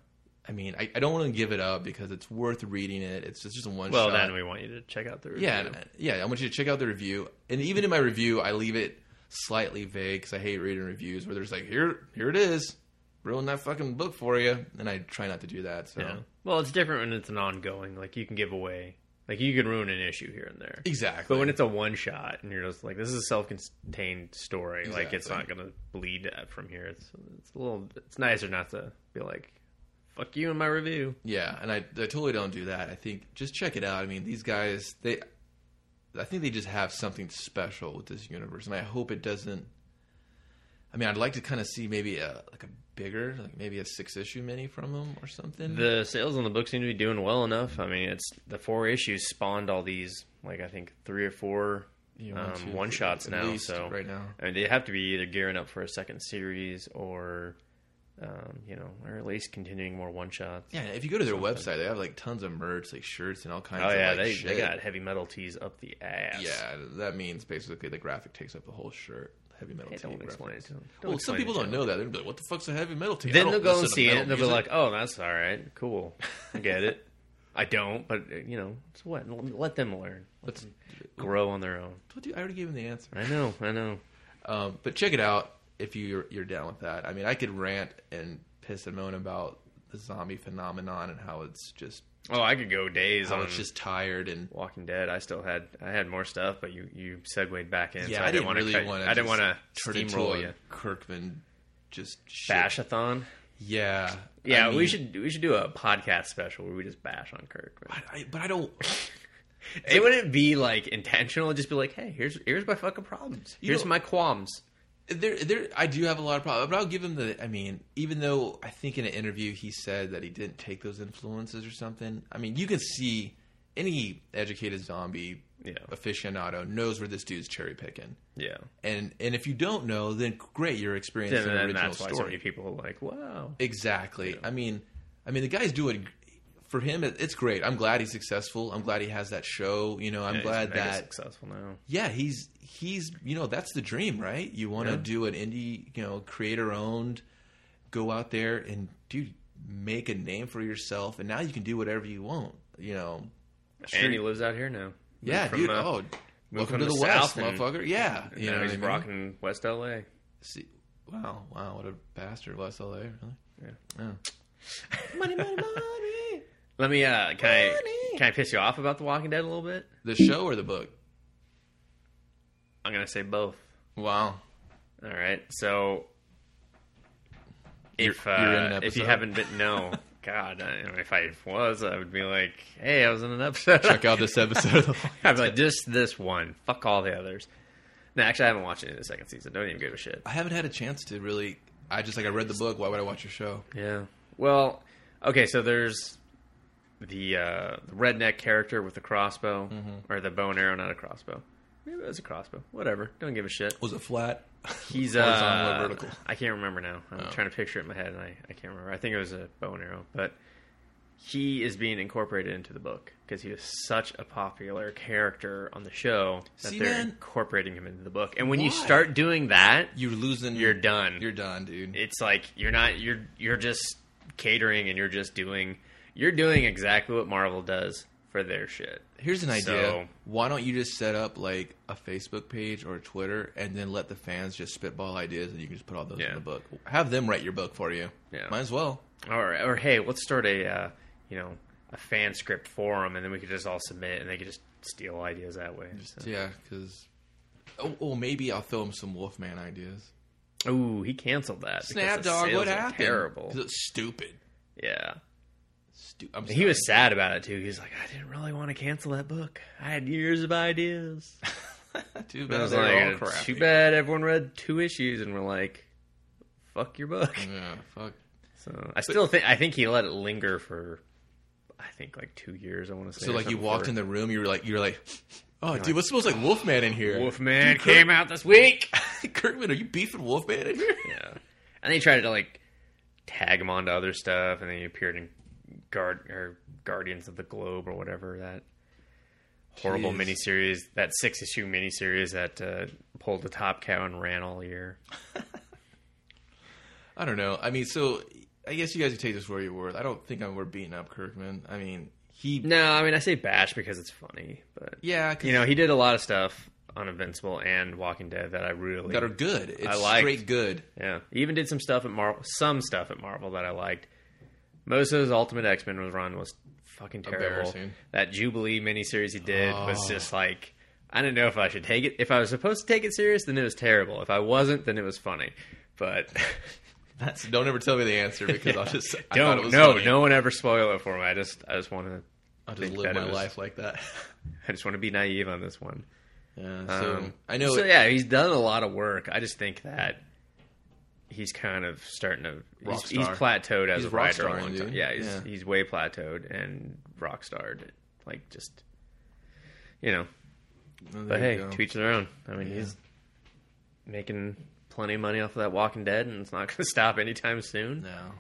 Speaker 1: I mean, I, I don't want to give it up because it's worth reading it. It's just, it's just a one
Speaker 2: Well,
Speaker 1: shot.
Speaker 2: then we want you to check out the review.
Speaker 1: Yeah, and- yeah. I want you to check out the review, and even in my review, I leave it slightly vague because I hate reading reviews where there's like, "Here, here it is, ruin that fucking book for you," and I try not to do that. So
Speaker 2: Yeah. Well, it's different when it's an ongoing. Like you can give away Like you could ruin an issue here and there.
Speaker 1: Exactly.
Speaker 2: But when it's a one shot and you're just like, this is a self-contained story, like it's not
Speaker 1: Exactly.
Speaker 2: gonna bleed up from here. It's it's a little it's nicer not to be like, fuck you in my review.
Speaker 1: Yeah, and I, I totally don't do that. I think just check it out. I mean, these guys, they, I think they just have something special with this universe, and I hope it doesn't. I mean, I'd like to kind of see maybe a like a bigger, like maybe a six issue mini from them or something.
Speaker 2: The sales on the book seem to be doing well enough. I mean, it's the four issues spawned all these like I think three or four
Speaker 1: You know,
Speaker 2: um,
Speaker 1: two,
Speaker 2: one
Speaker 1: three,
Speaker 2: shots
Speaker 1: at
Speaker 2: now.
Speaker 1: least
Speaker 2: so
Speaker 1: right now,
Speaker 2: I mean, they have to be either gearing up for a second series or, um, you know, or at least continuing more one shots.
Speaker 1: yeah. and If you go to their website, they have like tons of merch, like shirts and all kinds.
Speaker 2: Oh
Speaker 1: of,
Speaker 2: yeah,
Speaker 1: like,
Speaker 2: they,
Speaker 1: shit.
Speaker 2: they got heavy metal tees up the ass.
Speaker 1: Yeah, that means basically the graphic takes up the whole shirt. Heavy metal.
Speaker 2: Hey,
Speaker 1: tee
Speaker 2: don't explain it
Speaker 1: reference.
Speaker 2: to them.
Speaker 1: Well, some people don't know that. They're gonna be like, "What the fuck's a heavy metal tee?" I
Speaker 2: Then
Speaker 1: don't
Speaker 2: they'll go
Speaker 1: listen
Speaker 2: and
Speaker 1: to
Speaker 2: see it,
Speaker 1: metal
Speaker 2: and they'll be
Speaker 1: music.
Speaker 2: like, "Oh, that's all right, cool, I get it." I don't, but uh, you know, it's what. Let them learn, let
Speaker 1: Let's-
Speaker 2: them grow on their own.
Speaker 1: Told you, I already gave him the answer.
Speaker 2: I know, I know.
Speaker 1: Um, but check it out if you're you're down with that. I mean, I could rant and piss and moan about the zombie phenomenon and how it's just
Speaker 2: Oh, I could go days
Speaker 1: how
Speaker 2: on
Speaker 1: it's just tired and
Speaker 2: Walking Dead. I still had I had more stuff, but you you segued back in.
Speaker 1: yeah.
Speaker 2: so
Speaker 1: I,
Speaker 2: I,
Speaker 1: didn't
Speaker 2: want to.
Speaker 1: really
Speaker 2: cut,
Speaker 1: want
Speaker 2: I didn't want to
Speaker 1: turn into
Speaker 2: steamroll
Speaker 1: a
Speaker 2: you.
Speaker 1: Kirkman just shit.
Speaker 2: Bashathon.
Speaker 1: Yeah,
Speaker 2: Yeah,
Speaker 1: I mean,
Speaker 2: we should we should do a podcast special where we just bash on Kirk.
Speaker 1: I, I, but I don't.
Speaker 2: It wouldn't be like intentional. It'd just be like, hey, here's here's my fucking problems.
Speaker 1: You
Speaker 2: Here's
Speaker 1: know-
Speaker 2: my qualms.
Speaker 1: There, there. I do have a lot of problems, but I'll give him the. I mean, even though I think in an interview he said that he didn't take those influences or something. I mean, you can see any educated zombie
Speaker 2: Yeah.
Speaker 1: aficionado knows where this dude's cherry picking.
Speaker 2: Yeah.
Speaker 1: And and if you don't know, then great, you're experiencing
Speaker 2: And
Speaker 1: the
Speaker 2: then
Speaker 1: original
Speaker 2: that's why so
Speaker 1: story.
Speaker 2: many people are like, wow.
Speaker 1: Exactly. I mean, I mean, the guy's doing. For him, it- it's great. I'm glad he's successful. I'm glad he has that show. You know, I'm
Speaker 2: Yeah, he's
Speaker 1: glad
Speaker 2: mega
Speaker 1: that
Speaker 2: successful now.
Speaker 1: yeah, he's he's you know that's the dream, right? You want to
Speaker 2: Yeah.
Speaker 1: do an indie, you know, creator owned, go out there and dude, make a name for yourself, and now you can do whatever you want. You know, Sure.
Speaker 2: And he lives out here now.
Speaker 1: yeah,
Speaker 2: Moved from,
Speaker 1: dude.
Speaker 2: uh,
Speaker 1: oh, welcome
Speaker 2: from
Speaker 1: to the,
Speaker 2: the
Speaker 1: West,
Speaker 2: South and-
Speaker 1: motherfucker. Yeah,
Speaker 2: and
Speaker 1: you know,
Speaker 2: now
Speaker 1: what
Speaker 2: he's
Speaker 1: I mean?
Speaker 2: rocking West LA.
Speaker 1: See, wow, wow, what a bastard, West LA, really.
Speaker 2: Yeah.
Speaker 1: Oh. money, money, money.
Speaker 2: Let me uh can I
Speaker 1: Money.
Speaker 2: can I piss you off about The Walking Dead a little bit?
Speaker 1: The show or the book?
Speaker 2: I'm gonna say both.
Speaker 1: Wow.
Speaker 2: All right. So if
Speaker 1: You're- you're in
Speaker 2: uh,
Speaker 1: an
Speaker 2: if you
Speaker 1: episode?
Speaker 2: haven't been no, God, I, if I was, I would be like, hey, I was in an episode.
Speaker 1: Check out this episode. Of the-
Speaker 2: I'd be like, just this one. Fuck all the others. No, actually, I haven't watched any of the second season. Don't even give a shit.
Speaker 1: I haven't had a chance to really. I just like I read the book. Why would I watch your show?
Speaker 2: Yeah. Well, okay. So there's the, uh, the redneck character with the crossbow
Speaker 1: Mm-hmm.
Speaker 2: or the bow and arrow, not a crossbow. Maybe it was a crossbow. Whatever. Don't give a shit.
Speaker 1: Was it flat?
Speaker 2: He's
Speaker 1: Horizontal
Speaker 2: uh,
Speaker 1: or vertical? Oh.
Speaker 2: I can't remember now. I'm trying to picture it in my head, and I, I can't remember. I think it was a bow and arrow, but he is being incorporated into the book because he was such a popular character on the show that
Speaker 1: See,
Speaker 2: they're
Speaker 1: man.
Speaker 2: incorporating him into the book. And when you
Speaker 1: Why?
Speaker 2: start doing that,
Speaker 1: You're losing.
Speaker 2: you're done.
Speaker 1: You're done, dude.
Speaker 2: it's like you're not you're you're just catering, and you're just doing you're doing exactly what Marvel does for their shit.
Speaker 1: Here's an idea.
Speaker 2: So-
Speaker 1: Why don't you just set up like a Facebook page or Twitter, and then let the fans just spitball ideas, and you can just put all those in
Speaker 2: Yeah.
Speaker 1: the book. Have them write your book for you.
Speaker 2: Yeah.
Speaker 1: Might as well.
Speaker 2: or or hey, let's start a uh, you know a fan script forum, and then we could just all submit, and they could just steal ideas that way. So.
Speaker 1: Yeah, because. Oh, oh, maybe I'll film some Wolfman ideas.
Speaker 2: Ooh, he canceled that. because
Speaker 1: Snap
Speaker 2: the
Speaker 1: dog,
Speaker 2: sales
Speaker 1: what
Speaker 2: were
Speaker 1: happened?
Speaker 2: Terrible.
Speaker 1: 'Cause It's stupid.
Speaker 2: Yeah,
Speaker 1: Stu- I'm
Speaker 2: he was sad about it too. He was like, I didn't really want to cancel that book. I had years of ideas.
Speaker 1: sorry. too
Speaker 2: And I
Speaker 1: bad.
Speaker 2: was
Speaker 1: They're all
Speaker 2: like,
Speaker 1: crappy.
Speaker 2: too bad everyone read two issues, and we're like, fuck your book.
Speaker 1: Yeah, fuck.
Speaker 2: So I still think I think he let it linger for. I think like two years. I want to say.
Speaker 1: So
Speaker 2: or
Speaker 1: like you
Speaker 2: something
Speaker 1: walked
Speaker 2: for-
Speaker 1: in the room, you were like, you were like, oh, dude, what smells like Wolfman in here?
Speaker 2: Wolfman came out this week.
Speaker 1: Kirkman, are you beefing Wolfman in here?
Speaker 2: Yeah, and they tried to like tag him onto other stuff, and then he appeared in Guard or Guardians of the Globe or whatever that horrible
Speaker 1: Jeez.
Speaker 2: miniseries, that six issue miniseries that uh, pulled the top cow and ran all year.
Speaker 1: I don't know. I mean, so I guess you guys can take this for your worth. I don't think I'm we're beating up Kirkman. I mean, he
Speaker 2: No, I mean I say bash because it's funny, but
Speaker 1: yeah, 'cause
Speaker 2: you know he did a lot of stuff on Invincible and Walking Dead that I really
Speaker 1: that are good. It's
Speaker 2: I liked-
Speaker 1: straight good.
Speaker 2: Yeah, he even did some stuff at Marvel, some stuff at Marvel that I liked. Most of his Ultimate X Men run was fucking terrible.
Speaker 1: Embarrassing.
Speaker 2: That Jubilee miniseries he did was
Speaker 1: Oh.
Speaker 2: just like I didn't know if I should take it. If I was supposed to take it serious, then it was terrible. If I wasn't, then it was funny. But
Speaker 1: That's don't ever tell me the answer because I'll just I thought it
Speaker 2: don't
Speaker 1: was
Speaker 2: no
Speaker 1: funny.
Speaker 2: no one ever spoil it for me. I just I just want to
Speaker 1: I'll just
Speaker 2: think
Speaker 1: live
Speaker 2: that it
Speaker 1: my
Speaker 2: was-
Speaker 1: life like that.
Speaker 2: I just want to be naive on this one.
Speaker 1: Yeah, so
Speaker 2: Um,
Speaker 1: I know.
Speaker 2: So
Speaker 1: it-
Speaker 2: yeah, he's done a lot of work. I just think that he's kind of starting to. He's,
Speaker 1: Rock
Speaker 2: he's
Speaker 1: star.
Speaker 2: plateaued as
Speaker 1: He's
Speaker 2: a writer.
Speaker 1: rock
Speaker 2: a long
Speaker 1: starring,
Speaker 2: time.
Speaker 1: dude.
Speaker 2: Yeah, he's
Speaker 1: Yeah.
Speaker 2: he's way plateaued and rock starred. Like just, you know.
Speaker 1: oh, there
Speaker 2: But
Speaker 1: you
Speaker 2: hey,
Speaker 1: go.
Speaker 2: to each their own. I mean,
Speaker 1: Yeah.
Speaker 2: he's making plenty of money off of that Walking Dead, and it's not going to stop anytime soon
Speaker 1: no.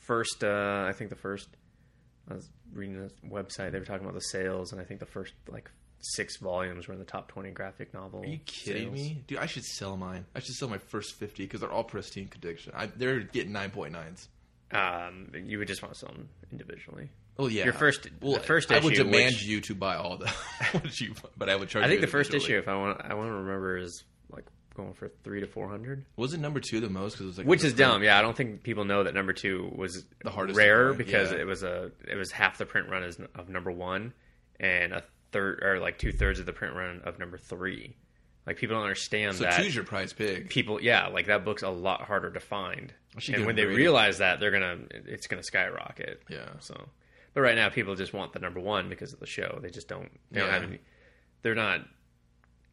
Speaker 2: first uh, I think the first I was reading this website they were talking about the sales and I think the first like six volumes were in the top 20 graphic novel
Speaker 1: Are you kidding
Speaker 2: sales.
Speaker 1: me, dude? I should sell mine. I should sell my first fifty because they're all pristine condition. I, they're getting nine point nines.
Speaker 2: um you would just want to sell them individually
Speaker 1: Oh yeah,
Speaker 2: Your first-
Speaker 1: Well,
Speaker 2: the first
Speaker 1: I would
Speaker 2: issue,
Speaker 1: demand
Speaker 2: which-
Speaker 1: you to buy all the. would you- but I would charge.
Speaker 2: I think
Speaker 1: you
Speaker 2: the first issue
Speaker 1: individually.
Speaker 2: if I want I want to remember is like going for 3 to 400
Speaker 1: wasn't number two the most because it was like
Speaker 2: which is
Speaker 1: the print-
Speaker 2: dumb yeah I don't think people know that number 2 was
Speaker 1: The hardest to
Speaker 2: rare
Speaker 1: buy,
Speaker 2: because
Speaker 1: yeah.
Speaker 2: it was a it was half the print run is of number 1 and a third or like two thirds of the print run of number 3 like people don't understand
Speaker 1: So
Speaker 2: that
Speaker 1: choose your prize pig.
Speaker 2: people yeah like that book's a lot harder to find
Speaker 1: should
Speaker 2: and
Speaker 1: get
Speaker 2: when they
Speaker 1: rated.
Speaker 2: realize that they're gonna it's gonna skyrocket
Speaker 1: Yeah.
Speaker 2: so but right now people just want the number one because of the show they just don't they don't
Speaker 1: Yeah.
Speaker 2: have any they're not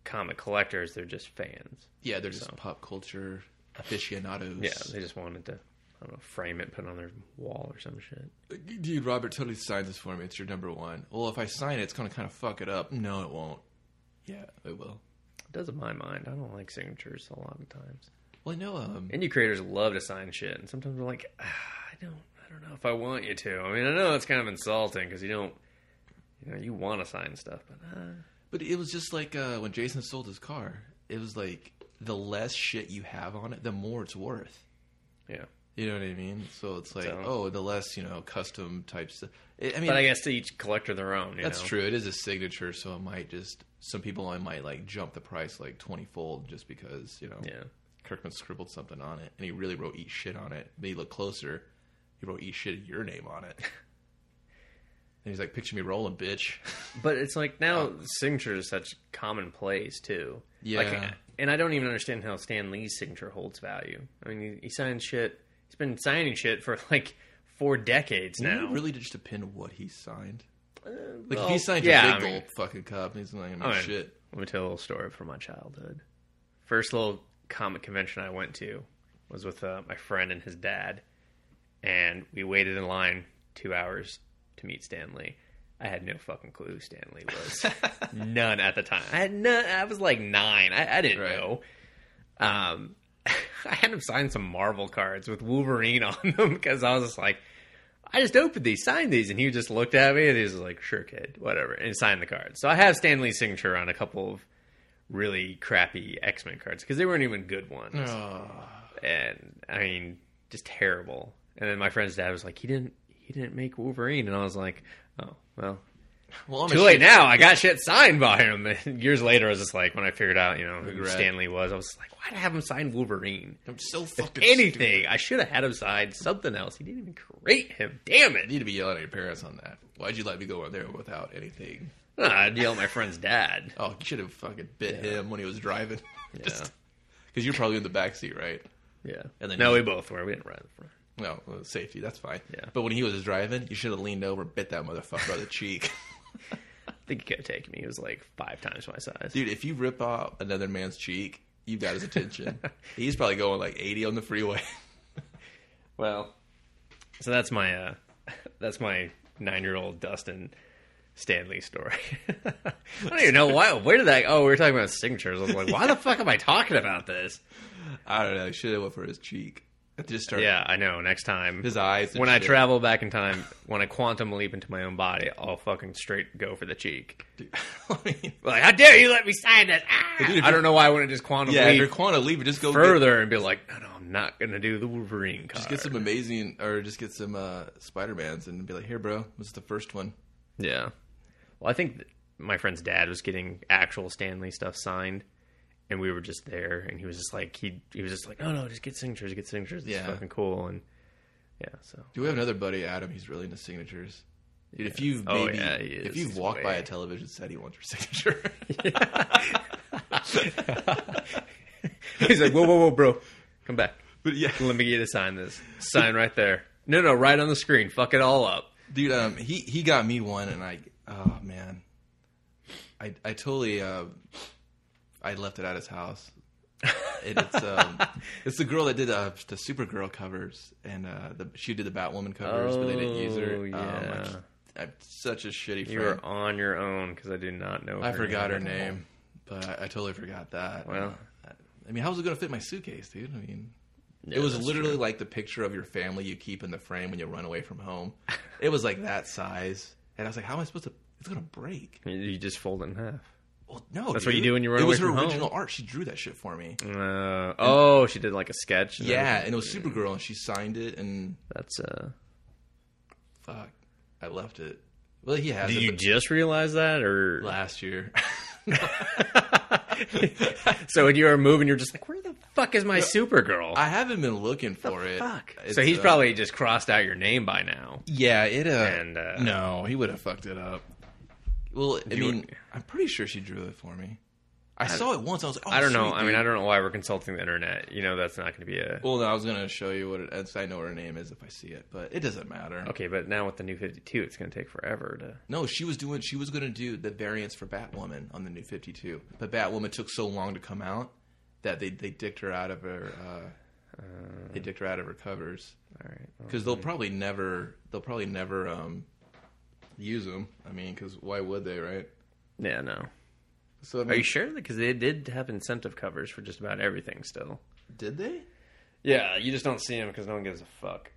Speaker 2: comic collectors they're just fans
Speaker 1: Yeah, they're just
Speaker 2: So.
Speaker 1: pop culture aficionados.
Speaker 2: yeah they just wanted to i don't know frame it put it on their wall or some shit
Speaker 1: dude, Robert totally signs this for me. It's your number one. Well, if I sign it, it's gonna kind of fuck it up. No, it won't. Yeah, it will.
Speaker 2: it does in my mind i don't like signatures a lot of times
Speaker 1: Well, I know. Um,
Speaker 2: indie creators love to sign shit and sometimes i'm like ah, i don't i don't know if i want you to i mean i know it's kind of insulting because you don't you know you want to sign stuff but uh,
Speaker 1: But it was just like uh, when Jason sold his car. It was like the less shit you have on it, the more it's worth.
Speaker 2: yeah
Speaker 1: You know what I mean? So it's like,
Speaker 2: So-
Speaker 1: oh, the less you know, custom type stuff. I I mean,
Speaker 2: But I guess to each collector their own. You
Speaker 1: that's
Speaker 2: know?
Speaker 1: true. It is a signature, so it might just some people I might like jump the price like twenty fold just because you know
Speaker 2: Yeah.
Speaker 1: Kirkman scribbled something on it and he really wrote eat shit on it. Then you look closer, he wrote eat shit your name on it. and he's like, picture me rolling, bitch.
Speaker 2: But it's like now
Speaker 1: Oh.
Speaker 2: signature is such commonplace too.
Speaker 1: Yeah.
Speaker 2: Like, and I don't even understand how Stan Lee's signature holds value. I mean, he, he signed shit. He's been signing shit for like four decades
Speaker 1: Now,
Speaker 2: now.
Speaker 1: it really just depend what he signed.
Speaker 2: Uh,
Speaker 1: Like
Speaker 2: well,
Speaker 1: if he signed
Speaker 2: yeah,
Speaker 1: a
Speaker 2: I
Speaker 1: big
Speaker 2: mean,
Speaker 1: old fucking cup, he's not gonna mean
Speaker 2: I mean,
Speaker 1: shit.
Speaker 2: Let me tell a little story from my childhood. First little comic convention I went to was with uh, my friend and his dad, and we waited in line two hours to meet Stanley. I had no fucking clue who Stanley was. none at the time. I had none. I was like nine. I, I didn't
Speaker 1: Right.
Speaker 2: know. Um, I had him sign some Marvel cards with Wolverine on them because I was just like, I just opened these, signed these, and he just looked at me and he was like, "Sure, kid, whatever," and signed the card. So I have Stanley's signature on a couple of really crappy X Men cards because they weren't even good ones, and I mean, just terrible. And then my friend's dad was like, "He didn't, he didn't make Wolverine," and I was like, "Oh, well,
Speaker 1: well, I'm
Speaker 2: too
Speaker 1: a
Speaker 2: late
Speaker 1: shit-
Speaker 2: now. I got shit signed by him." And years later, I was just like, when I figured out, you know, who
Speaker 1: Regret.
Speaker 2: Stanley was, I was like, "Why'd I have him sign Wolverine?"
Speaker 1: I'm so fucking
Speaker 2: Anything.
Speaker 1: stupid.
Speaker 2: I should have had him sign something else. He didn't even create him. Damn it.
Speaker 1: You need to be yelling at your parents on that. Why'd you let me go on there without anything?
Speaker 2: Uh,
Speaker 1: Ah,
Speaker 2: I'd yell at my friend's dad.
Speaker 1: Oh, you should have fucking bit him when he was driving.
Speaker 2: Yeah.
Speaker 1: Just because you're probably in the back seat, right?
Speaker 2: Yeah.
Speaker 1: And then
Speaker 2: no,
Speaker 1: he-
Speaker 2: we both were. We didn't ride in front.
Speaker 1: No, well, safety. That's fine.
Speaker 2: Yeah.
Speaker 1: But when he was driving, you should have leaned over, and bit that motherfucker on the cheek,
Speaker 2: I think he could have taken me. He was like five times my size.
Speaker 1: dude. If you rip off another man's cheek, you got his attention. He's probably going like 80 on the freeway.
Speaker 2: Well, so that's my uh, that's my nine year old Dustin Stanley story. I don't even know why. Where did that? Oh, we were talking about signatures. I was like, why the fuck am I talking about this?
Speaker 1: I don't know. He should have went for his cheek. Just start
Speaker 2: Yeah, I know. Next time,
Speaker 1: his eyes. and
Speaker 2: when I
Speaker 1: shit.
Speaker 2: travel back in time, when I quantum leap into my own body, I'll fucking straight go for the cheek.
Speaker 1: Dude, I mean,
Speaker 2: Like, how dare you let me sign this? Ah!
Speaker 1: dude, if
Speaker 2: I
Speaker 1: you-
Speaker 2: don't know why I wouldn't just quantum
Speaker 1: yeah, if
Speaker 2: leap
Speaker 1: you're quantum leap, just go Get,
Speaker 2: further and be like, no, no, I'm not gonna do the Wolverine card.
Speaker 1: just get some amazing, or just get some uh, Spider Mans and be like, here, bro, this is the first one.
Speaker 2: yeah. Well, I think th- my friend's dad was getting actual Stanley stuff signed, and we were just there, and he was just like, he he was just like, no, no, just get signatures, get signatures. It's
Speaker 1: Yeah.
Speaker 2: fucking cool, and yeah, so
Speaker 1: Do we have another buddy, Adam? He's really into signatures. Dude, if you've
Speaker 2: Oh,
Speaker 1: maybe,
Speaker 2: yeah, he
Speaker 1: if
Speaker 2: is.
Speaker 1: you've
Speaker 2: He's
Speaker 1: walked by
Speaker 2: way-
Speaker 1: a television set, he wants your signature.
Speaker 2: He's like, whoa, whoa, whoa, bro, come back.
Speaker 1: but yeah,
Speaker 2: Let me get you to sign this. Sign right there. No, no, right on the screen. Fuck it all up.
Speaker 1: dude, um, he he got me one, and I, oh man, I I totally uh, I left it at his house. It, it's um, it's the girl that did uh, the Supergirl covers, and uh, the, she did the Batwoman covers, but they didn't use her.
Speaker 2: Oh,
Speaker 1: Um,
Speaker 2: yeah.
Speaker 1: I, am such a shitty
Speaker 2: You are
Speaker 1: friend.
Speaker 2: on your own because I do not know.
Speaker 1: I forgot her name, but I, I totally forgot that.
Speaker 2: Well.
Speaker 1: I mean, how's it going to fit my suitcase, dude? I mean,
Speaker 2: Yeah,
Speaker 1: it was
Speaker 2: that's
Speaker 1: literally like the picture of your family you keep in the frame when you run away from home. it was like that size, and I was like, "How am I supposed to? It's going to break."
Speaker 2: true. You just fold it in half.
Speaker 1: Well, no,
Speaker 2: That's
Speaker 1: dude.
Speaker 2: what you do when you run
Speaker 1: It was her
Speaker 2: away from home.
Speaker 1: original art. She drew that shit for me.
Speaker 2: Uh, oh, she did like a sketch. and
Speaker 1: Yeah,
Speaker 2: everything.
Speaker 1: and it was Supergirl, and she signed it, and
Speaker 2: That's uh.
Speaker 1: fuck, I left it. Well, he has
Speaker 2: Did
Speaker 1: it
Speaker 2: you just realize that,
Speaker 1: but
Speaker 2: or
Speaker 1: last year.
Speaker 2: so when you were moving, you're just like, where the fuck is my Supergirl?
Speaker 1: I haven't been looking for it.
Speaker 2: fuck.
Speaker 1: It's,
Speaker 2: so he's
Speaker 1: uh,
Speaker 2: probably just crossed out your name by now.
Speaker 1: Yeah, it. Uh,
Speaker 2: And, uh,
Speaker 1: no, he would have fucked it up. Well, I
Speaker 2: You-
Speaker 1: mean, I'm pretty sure she drew it for me. I, saw it once. I was. Like, oh,
Speaker 2: I don't know.
Speaker 1: sweet,
Speaker 2: I mean,
Speaker 1: dude."
Speaker 2: I don't know why we're consulting the internet. You know, that's not going to be a
Speaker 1: Well, no, I was gonna show you what it is. I know what her name is if I see it, but it doesn't matter.
Speaker 2: okay. But now with the new Fifty Two, it's going to take forever to.
Speaker 1: No, she was doing. She was gonna do the variants for Batwoman on the new Fifty Two, but Batwoman took so long to come out that they they dicked her out of her. Uh, they dicked her out of her covers
Speaker 2: All right. well, hmm.
Speaker 1: because they'll probably never. They'll probably never um, use them. I mean, because why would they, right?
Speaker 2: yeah. No.
Speaker 1: So I
Speaker 2: Are
Speaker 1: mean,
Speaker 2: you sure? Because they did have incentive covers for just about everything. Still.
Speaker 1: did they?
Speaker 2: Yeah. You just don't see them because no one gives a fuck.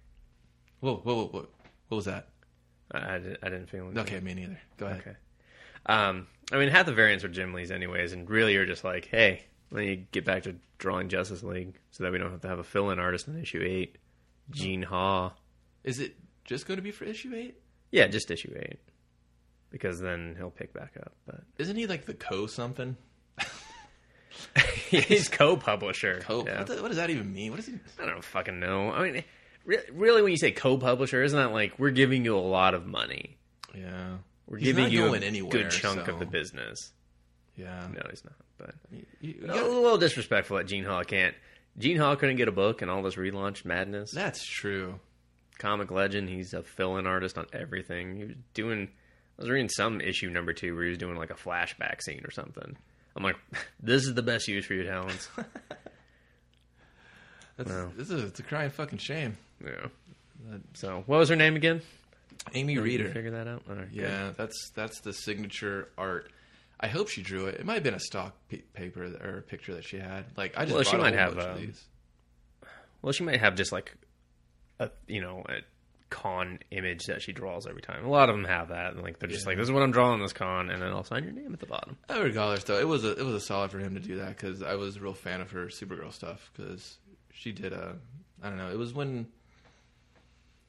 Speaker 1: Whoa, whoa, whoa, whoa. What was that?
Speaker 2: I, I, didn't, I didn't feel anything.
Speaker 1: Okay, me neither. Go ahead.
Speaker 2: Okay. Um, I mean, half the variants are Jim Lee's, anyways, and really you're just like, hey, let me get back to drawing Justice League so that we don't have to have a fill in artist in issue eight. Gene Haw.
Speaker 1: Is it just going to be for issue eight?
Speaker 2: Yeah, just issue eight. Because then he'll pick back up. But
Speaker 1: Isn't he like the co something?
Speaker 2: he's co publisher.
Speaker 1: Co?
Speaker 2: Yeah.
Speaker 1: Oh, What, the- what does that even mean? What is he?
Speaker 2: I don't fucking know. I mean, re- really, when you say co publisher, isn't that like we're giving you a lot of money?
Speaker 1: Yeah,
Speaker 2: We're
Speaker 1: He's
Speaker 2: giving
Speaker 1: not
Speaker 2: you
Speaker 1: going
Speaker 2: a
Speaker 1: anywhere,
Speaker 2: good chunk
Speaker 1: so-
Speaker 2: of the business.
Speaker 1: yeah.
Speaker 2: No, he's not. But
Speaker 1: You- you- you
Speaker 2: a
Speaker 1: gotta-
Speaker 2: little disrespectful that Gene Haw can't. Gene Haw couldn't get a book, and all this relaunch madness.
Speaker 1: that's true.
Speaker 2: Comic legend. He's a fill-in artist on everything. He was doing. I was reading some issue number two where he was doing like a flashback scene or something. I'm like, this is the best use for your talents.
Speaker 1: That's this is it's a crying fucking shame.
Speaker 2: yeah. So, what was her name again?
Speaker 1: Amy
Speaker 2: Did you
Speaker 1: Reader.
Speaker 2: figure that out. All right, good.
Speaker 1: Yeah, that's that's the signature art. I hope she drew it. It might have been a stock p- paper that- or a picture that she had. Like I just
Speaker 2: Well, she
Speaker 1: bought a
Speaker 2: might
Speaker 1: whole
Speaker 2: have,
Speaker 1: bunch of
Speaker 2: um,
Speaker 1: these.
Speaker 2: Well, she might have just like a you know a con image that she draws every time. A lot of them have that, and like they're just like, this is what I'm drawing this con, and then I'll sign your name at the bottom.
Speaker 1: Uh, Regardless, though, it was a it was a solid for him to do that because I was a real fan of her Supergirl stuff because she did a I don't know it was when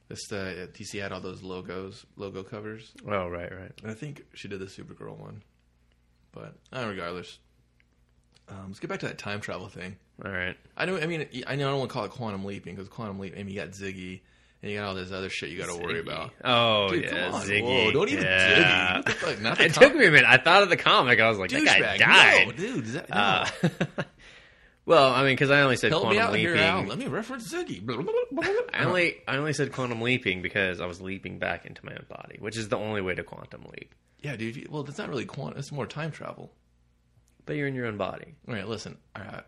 Speaker 1: this uh, DC had all those logos logo covers
Speaker 2: Oh, right, right.
Speaker 1: and I think she did the Supergirl one, but uh, regardless, um, let's get back to that time travel thing.
Speaker 2: All right.
Speaker 1: I know I mean I know I don't want to call it quantum leaping because quantum leap I mean you got Ziggy and you got all this other shit you got to worry
Speaker 2: Ziggy.
Speaker 1: about.
Speaker 2: Oh
Speaker 1: Dude,
Speaker 2: yeah,
Speaker 1: come on,
Speaker 2: Ziggy.
Speaker 1: whoa, don't even
Speaker 2: yeah.
Speaker 1: Ziggy. What the fuck? Not the
Speaker 2: It
Speaker 1: comic
Speaker 2: took me a minute. I thought of the comic. I was like, that guy
Speaker 1: douchebag. No,
Speaker 2: died.
Speaker 1: dude, is that, no.
Speaker 2: Uh, well, I mean, because I only said
Speaker 1: Help me
Speaker 2: quantum
Speaker 1: out
Speaker 2: leaping.
Speaker 1: here, Al. Let me reference Ziggy.
Speaker 2: I only I only said quantum leaping because I was leaping back into my own body, which is the only way to quantum leap.
Speaker 1: yeah, dude. you- Well, that's not really quant. It's more time travel.
Speaker 2: But you're in your own body.
Speaker 1: All right, listen. All right.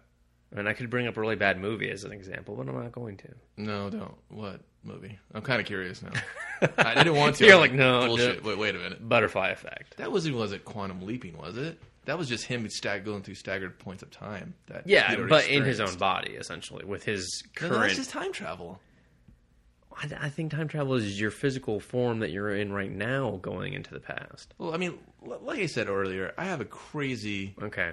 Speaker 2: I mean, I could bring up a really bad movie as an example, but I'm not going to.
Speaker 1: No, don't. What movie? I'm kind of curious now. I didn't want to.
Speaker 2: You're like, no,
Speaker 1: Bullshit.
Speaker 2: dude.
Speaker 1: Wait, wait a minute.
Speaker 2: Butterfly effect.
Speaker 1: That wasn't wasn't quantum leaping, was it? That was just him stag- going through staggered points of time. That
Speaker 2: Yeah,
Speaker 1: he'd already
Speaker 2: but in his own
Speaker 1: experienced.
Speaker 2: body, essentially, with his
Speaker 1: No,
Speaker 2: current.
Speaker 1: no, that's just time travel.
Speaker 2: I, I think time travel is your physical form that you're in right now, going into the past.
Speaker 1: Well, I mean, l- like I said earlier, I have a crazy
Speaker 2: Okay.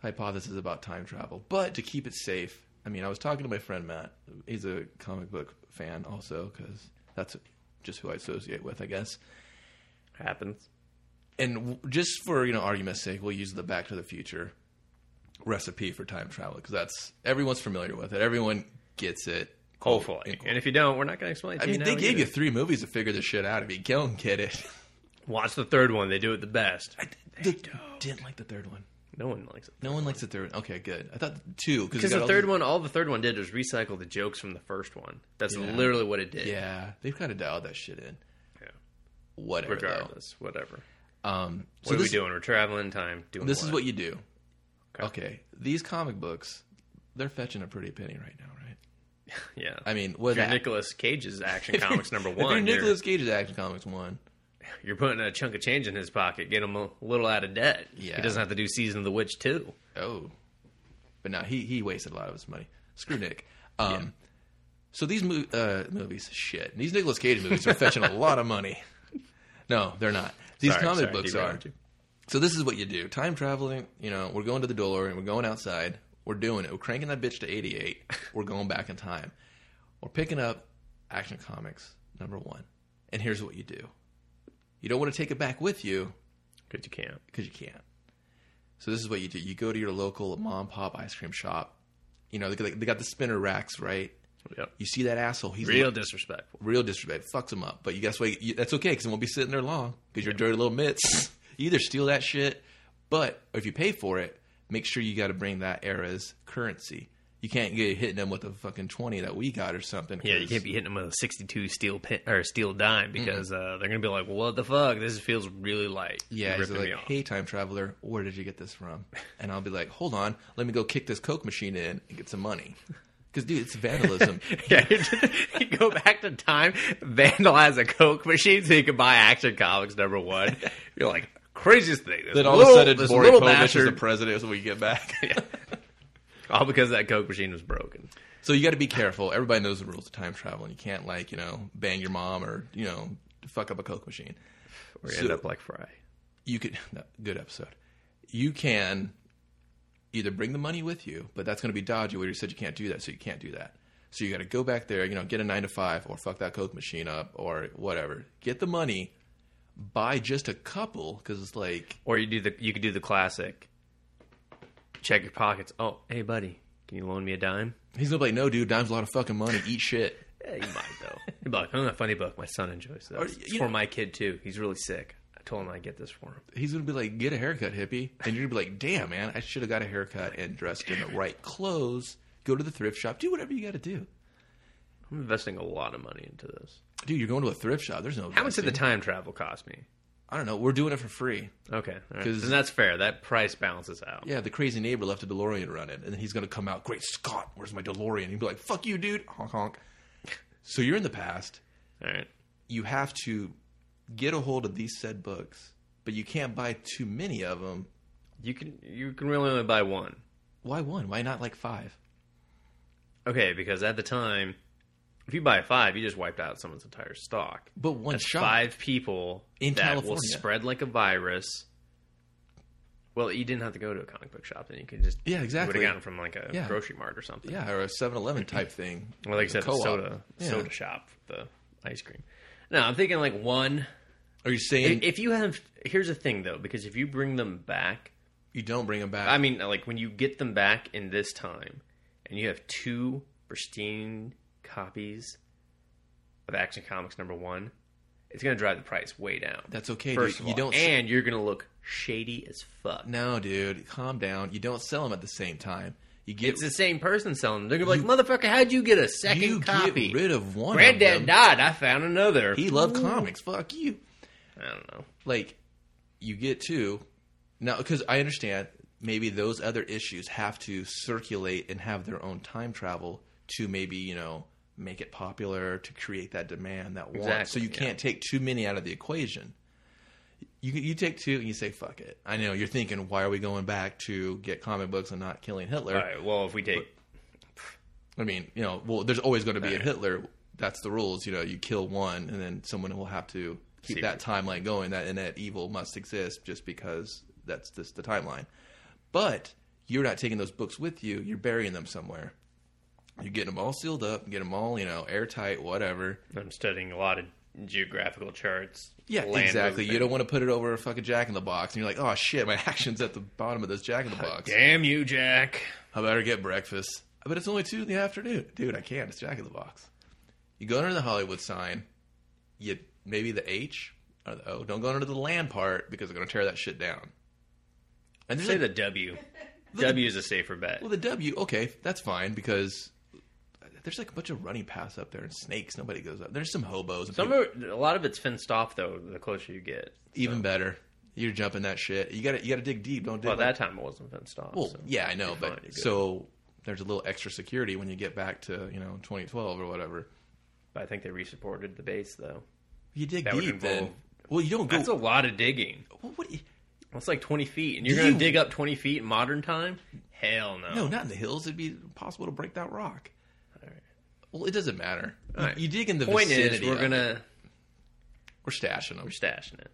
Speaker 1: hypothesis about time travel. But to keep it safe, I mean, I was talking to my friend Matt. He's a comic book fan also because that's just who I associate with, I guess.
Speaker 2: Happens.
Speaker 1: And w- just for you know argument's sake, we'll use the Back to the Future recipe for time travel because that's everyone's familiar with it. Everyone gets it. Quote,
Speaker 2: Hopefully.
Speaker 1: unquote.
Speaker 2: And if you don't, we're not going to explain it to
Speaker 1: I mean,
Speaker 2: you.
Speaker 1: they
Speaker 2: now
Speaker 1: gave you
Speaker 2: either.
Speaker 1: three movies to figure this shit out. If you don't get it,
Speaker 2: Watch the third one. They do it the best.
Speaker 1: I d- didn't like the third one.
Speaker 2: No one likes it.
Speaker 1: No one likes the third. one. Okay, good. I thought two
Speaker 2: Because the third one, all the third one did was recycle the jokes from the first one. That's
Speaker 1: Yeah.
Speaker 2: literally what it did.
Speaker 1: Yeah, they've kind of dialed that shit in.
Speaker 2: Yeah.
Speaker 1: Whatever. though.
Speaker 2: Regardless, whatever.
Speaker 1: Um, so
Speaker 2: What are
Speaker 1: this,
Speaker 2: we doing? We're traveling in time. Doing
Speaker 1: This is what you do.
Speaker 2: Okay.
Speaker 1: okay, these comic books, they're fetching a pretty penny right now, right?
Speaker 2: Yeah.
Speaker 1: I mean, what
Speaker 2: if you're Nicolas Cage's Action Comics number one.
Speaker 1: If
Speaker 2: you're,
Speaker 1: you're Nicolas Cage's Action Comics one,
Speaker 2: you're putting a chunk of change in his pocket, get him a little out of debt.
Speaker 1: Yeah.
Speaker 2: He doesn't have to do Season of the Witch too.
Speaker 1: oh, but no, he he wasted a lot of his money. Screw Nick. Um, so these mo- uh, movies, shit, these Nicolas Cage movies are fetching a lot of money. No, they're not. These
Speaker 2: Sorry,
Speaker 1: comic
Speaker 2: sorry,
Speaker 1: books are.
Speaker 2: derailed you.
Speaker 1: So this is what you do: time traveling. You know, we're going to the DeLorean. We're going outside. We're doing it. We're cranking that bitch to eighty-eight. We're going back in time. We're picking up Action Comics number one. And here's what you do: you don't want to take it back with you
Speaker 2: Good, you can't.
Speaker 1: because you can't. So this is what you do: you go to your local mom pop ice cream shop. You know, they, they got the spinner racks, right?
Speaker 2: Yep.
Speaker 1: You see that asshole? He's
Speaker 2: Real disrespectful.
Speaker 1: real disrespect. Fucks them up. But you guess what? You, that's okay because it won't be sitting there long because your dirty little mitts. You either steal that shit, but if you pay for it, make sure you got to bring that era's currency. You can't get hitting them with a fucking twenty that we got or something.
Speaker 2: Yeah, you
Speaker 1: 'cause-
Speaker 2: can't be hitting them with a 62 steel pin or steel dime because uh, they're gonna be like, well, "What the fuck? This feels really light."
Speaker 1: Yeah,
Speaker 2: You're
Speaker 1: he's
Speaker 2: ripping
Speaker 1: like,
Speaker 2: me off.
Speaker 1: hey, time traveler, where did you get this from? And I'll be like, hold on, let me go kick this Coke machine in and get some money. Because, dude, it's vandalism.
Speaker 2: yeah, you just- you go back to time, vandalize a Coke machine so you can buy Action Comics number one. You're like craziest thing. This
Speaker 1: then all
Speaker 2: little-
Speaker 1: of a sudden,
Speaker 2: this
Speaker 1: Boris
Speaker 2: little
Speaker 1: Povich is the
Speaker 2: bastard,
Speaker 1: president, so we get back.
Speaker 2: all because that Coke machine was broken.
Speaker 1: So you got to be careful. Everybody knows the rules of time travel, and you can't like you know bang your mom or you know fuck up a coke machine.
Speaker 2: We
Speaker 1: So-
Speaker 2: end up like Fry.
Speaker 1: You could no, good episode. You can either bring the money with you, but that's going to be dodgy. Where you said you can't do that, so you can't do that. So you got to go back there, you know, get a nine to five or fuck that coke machine up or whatever. Get the money, buy just a couple because it's like
Speaker 2: Or you do the you could do the classic. Check your pockets. Oh, hey buddy, can you loan me a dime?
Speaker 1: he's gonna be like, no, dude, dime's a lot of fucking money. Eat shit.
Speaker 2: Yeah, you might though. You'd be like, oh, a funny book. My son enjoys this.
Speaker 1: Or,
Speaker 2: it's
Speaker 1: you
Speaker 2: for
Speaker 1: know-
Speaker 2: my kid too. He's really sick. I told him I'd get this for him.
Speaker 1: he's gonna be like, get a haircut, hippie, and you're gonna be like, damn, man, I should have got a haircut and dressed in the right clothes. Go to the thrift shop, do whatever you got to do,
Speaker 2: I'm investing a lot of money into this.
Speaker 1: dude. You're going to a thrift shop. There's no.
Speaker 2: How much did the time travel cost me?
Speaker 1: I don't know. We're doing it for free.
Speaker 2: Okay, all right.
Speaker 1: 'Cause-
Speaker 2: then that's fair. That price balances out.
Speaker 1: Yeah, the crazy neighbor left a DeLorean running, and then he's gonna come out. Great Scott, where's my DeLorean? He'd be like, fuck you, dude. Honk honk. So you're in the past.
Speaker 2: All right.
Speaker 1: You have to get a hold of these said books, but you can't buy too many of them.
Speaker 2: You can you can really only buy one.
Speaker 1: Why one? Why not like five?
Speaker 2: Okay, because at the time, if you buy five, you just wiped out someone's entire stock.
Speaker 1: But one shot.
Speaker 2: Five people
Speaker 1: In
Speaker 2: that will
Speaker 1: California.
Speaker 2: spread like a virus. Well, you didn't have to go to a comic book shop, then you could just
Speaker 1: Yeah,
Speaker 2: Would
Speaker 1: exactly.
Speaker 2: have gotten it from like a
Speaker 1: Yeah.
Speaker 2: grocery mart or something.
Speaker 1: Yeah, or a 7-Eleven type thing.
Speaker 2: Well, like I said, the
Speaker 1: co-op.
Speaker 2: soda
Speaker 1: Yeah.
Speaker 2: soda shop, the ice cream. No, I'm thinking like one.
Speaker 1: Are you saying
Speaker 2: If you have, here's the thing though, because if you bring them back,
Speaker 1: you don't bring them back?
Speaker 2: I mean, like when you get them back in this time, and you have two pristine copies of Action Comics number one, it's gonna drive the price way down.
Speaker 1: That's okay.
Speaker 2: first
Speaker 1: dude.
Speaker 2: of
Speaker 1: you
Speaker 2: all,
Speaker 1: don't. s-
Speaker 2: and you're gonna look shady as fuck.
Speaker 1: no, dude, calm down. You don't sell them at the same time. You get
Speaker 2: It's the same person selling them. They're gonna be like, "Motherfucker, how'd you get a second
Speaker 1: you
Speaker 2: copy?
Speaker 1: get rid of one. of
Speaker 2: Granddad
Speaker 1: them.
Speaker 2: died. I found another.
Speaker 1: He loved comics. Fuck you.
Speaker 2: I don't know.
Speaker 1: Like you get two now because I understand maybe those other issues have to circulate and have their own time travel to maybe you know make it popular to create that demand that want. so
Speaker 2: Exactly,
Speaker 1: you
Speaker 2: yeah.
Speaker 1: can't take too many out of the equation. you you take two and you say fuck it. I know you're thinking why are we going back to get comic books and not killing Hitler?
Speaker 2: All right. Well, if we take
Speaker 1: I mean, you know, well, there's always going to be a Hitler. That's the rules. You know, you kill one, and then someone will have to keep
Speaker 2: See.
Speaker 1: that timeline going. That and that evil must exist just because that's just the timeline. But you're not taking those books with you. You're burying them somewhere. You're getting them all sealed up. Get them all, you know, airtight, whatever.
Speaker 2: I'm studying a lot of geographical charts.
Speaker 1: Yeah,
Speaker 2: land
Speaker 1: exactly. You
Speaker 2: movement.
Speaker 1: don't want to put it over a fucking jack in the box, and you're like, oh shit, my action's at the bottom of this jack in the box.
Speaker 2: Damn you, Jack.
Speaker 1: I better get breakfast. But it's only two in the afternoon, dude. I can't. It's Jack in the Box. You go under the Hollywood sign. You maybe the H or the O. Don't go under the land part because they're gonna tear that shit down. And there's
Speaker 2: Say
Speaker 1: like-
Speaker 2: the W. W is a safer bet.
Speaker 1: well, the W, okay, that's fine because there's like a bunch of running paths up there and snakes. Nobody goes up. There's some hobos. And
Speaker 2: Some
Speaker 1: people-
Speaker 2: of it- a lot of it's fenced off though. The closer you get,
Speaker 1: even better. You're jumping that shit. You got to you got to dig deep. Don't dig.
Speaker 2: well,
Speaker 1: like-
Speaker 2: that time it wasn't fenced off.
Speaker 1: Well,
Speaker 2: so
Speaker 1: yeah, I know,
Speaker 2: you're fine,
Speaker 1: but
Speaker 2: you're good.
Speaker 1: so there's a little extra security when you get back to you know 2012 or whatever.
Speaker 2: But I think they resupported the base though.
Speaker 1: You dig
Speaker 2: That would
Speaker 1: deep, then.
Speaker 2: involve-
Speaker 1: Well, you don't go.
Speaker 2: That's a lot of digging.
Speaker 1: well, what do you-
Speaker 2: That's like twenty feet, and you're
Speaker 1: Do
Speaker 2: gonna
Speaker 1: you-
Speaker 2: dig up twenty feet in modern time? Hell no.
Speaker 1: no, not in the hills. It'd be impossible to break that rock.
Speaker 2: All right.
Speaker 1: Well, it doesn't matter. You,
Speaker 2: Alright.
Speaker 1: you dig in the
Speaker 2: Point is,
Speaker 1: vicinity.
Speaker 2: we're
Speaker 1: of it.
Speaker 2: gonna
Speaker 1: we're stashing them.
Speaker 2: we're stashing it.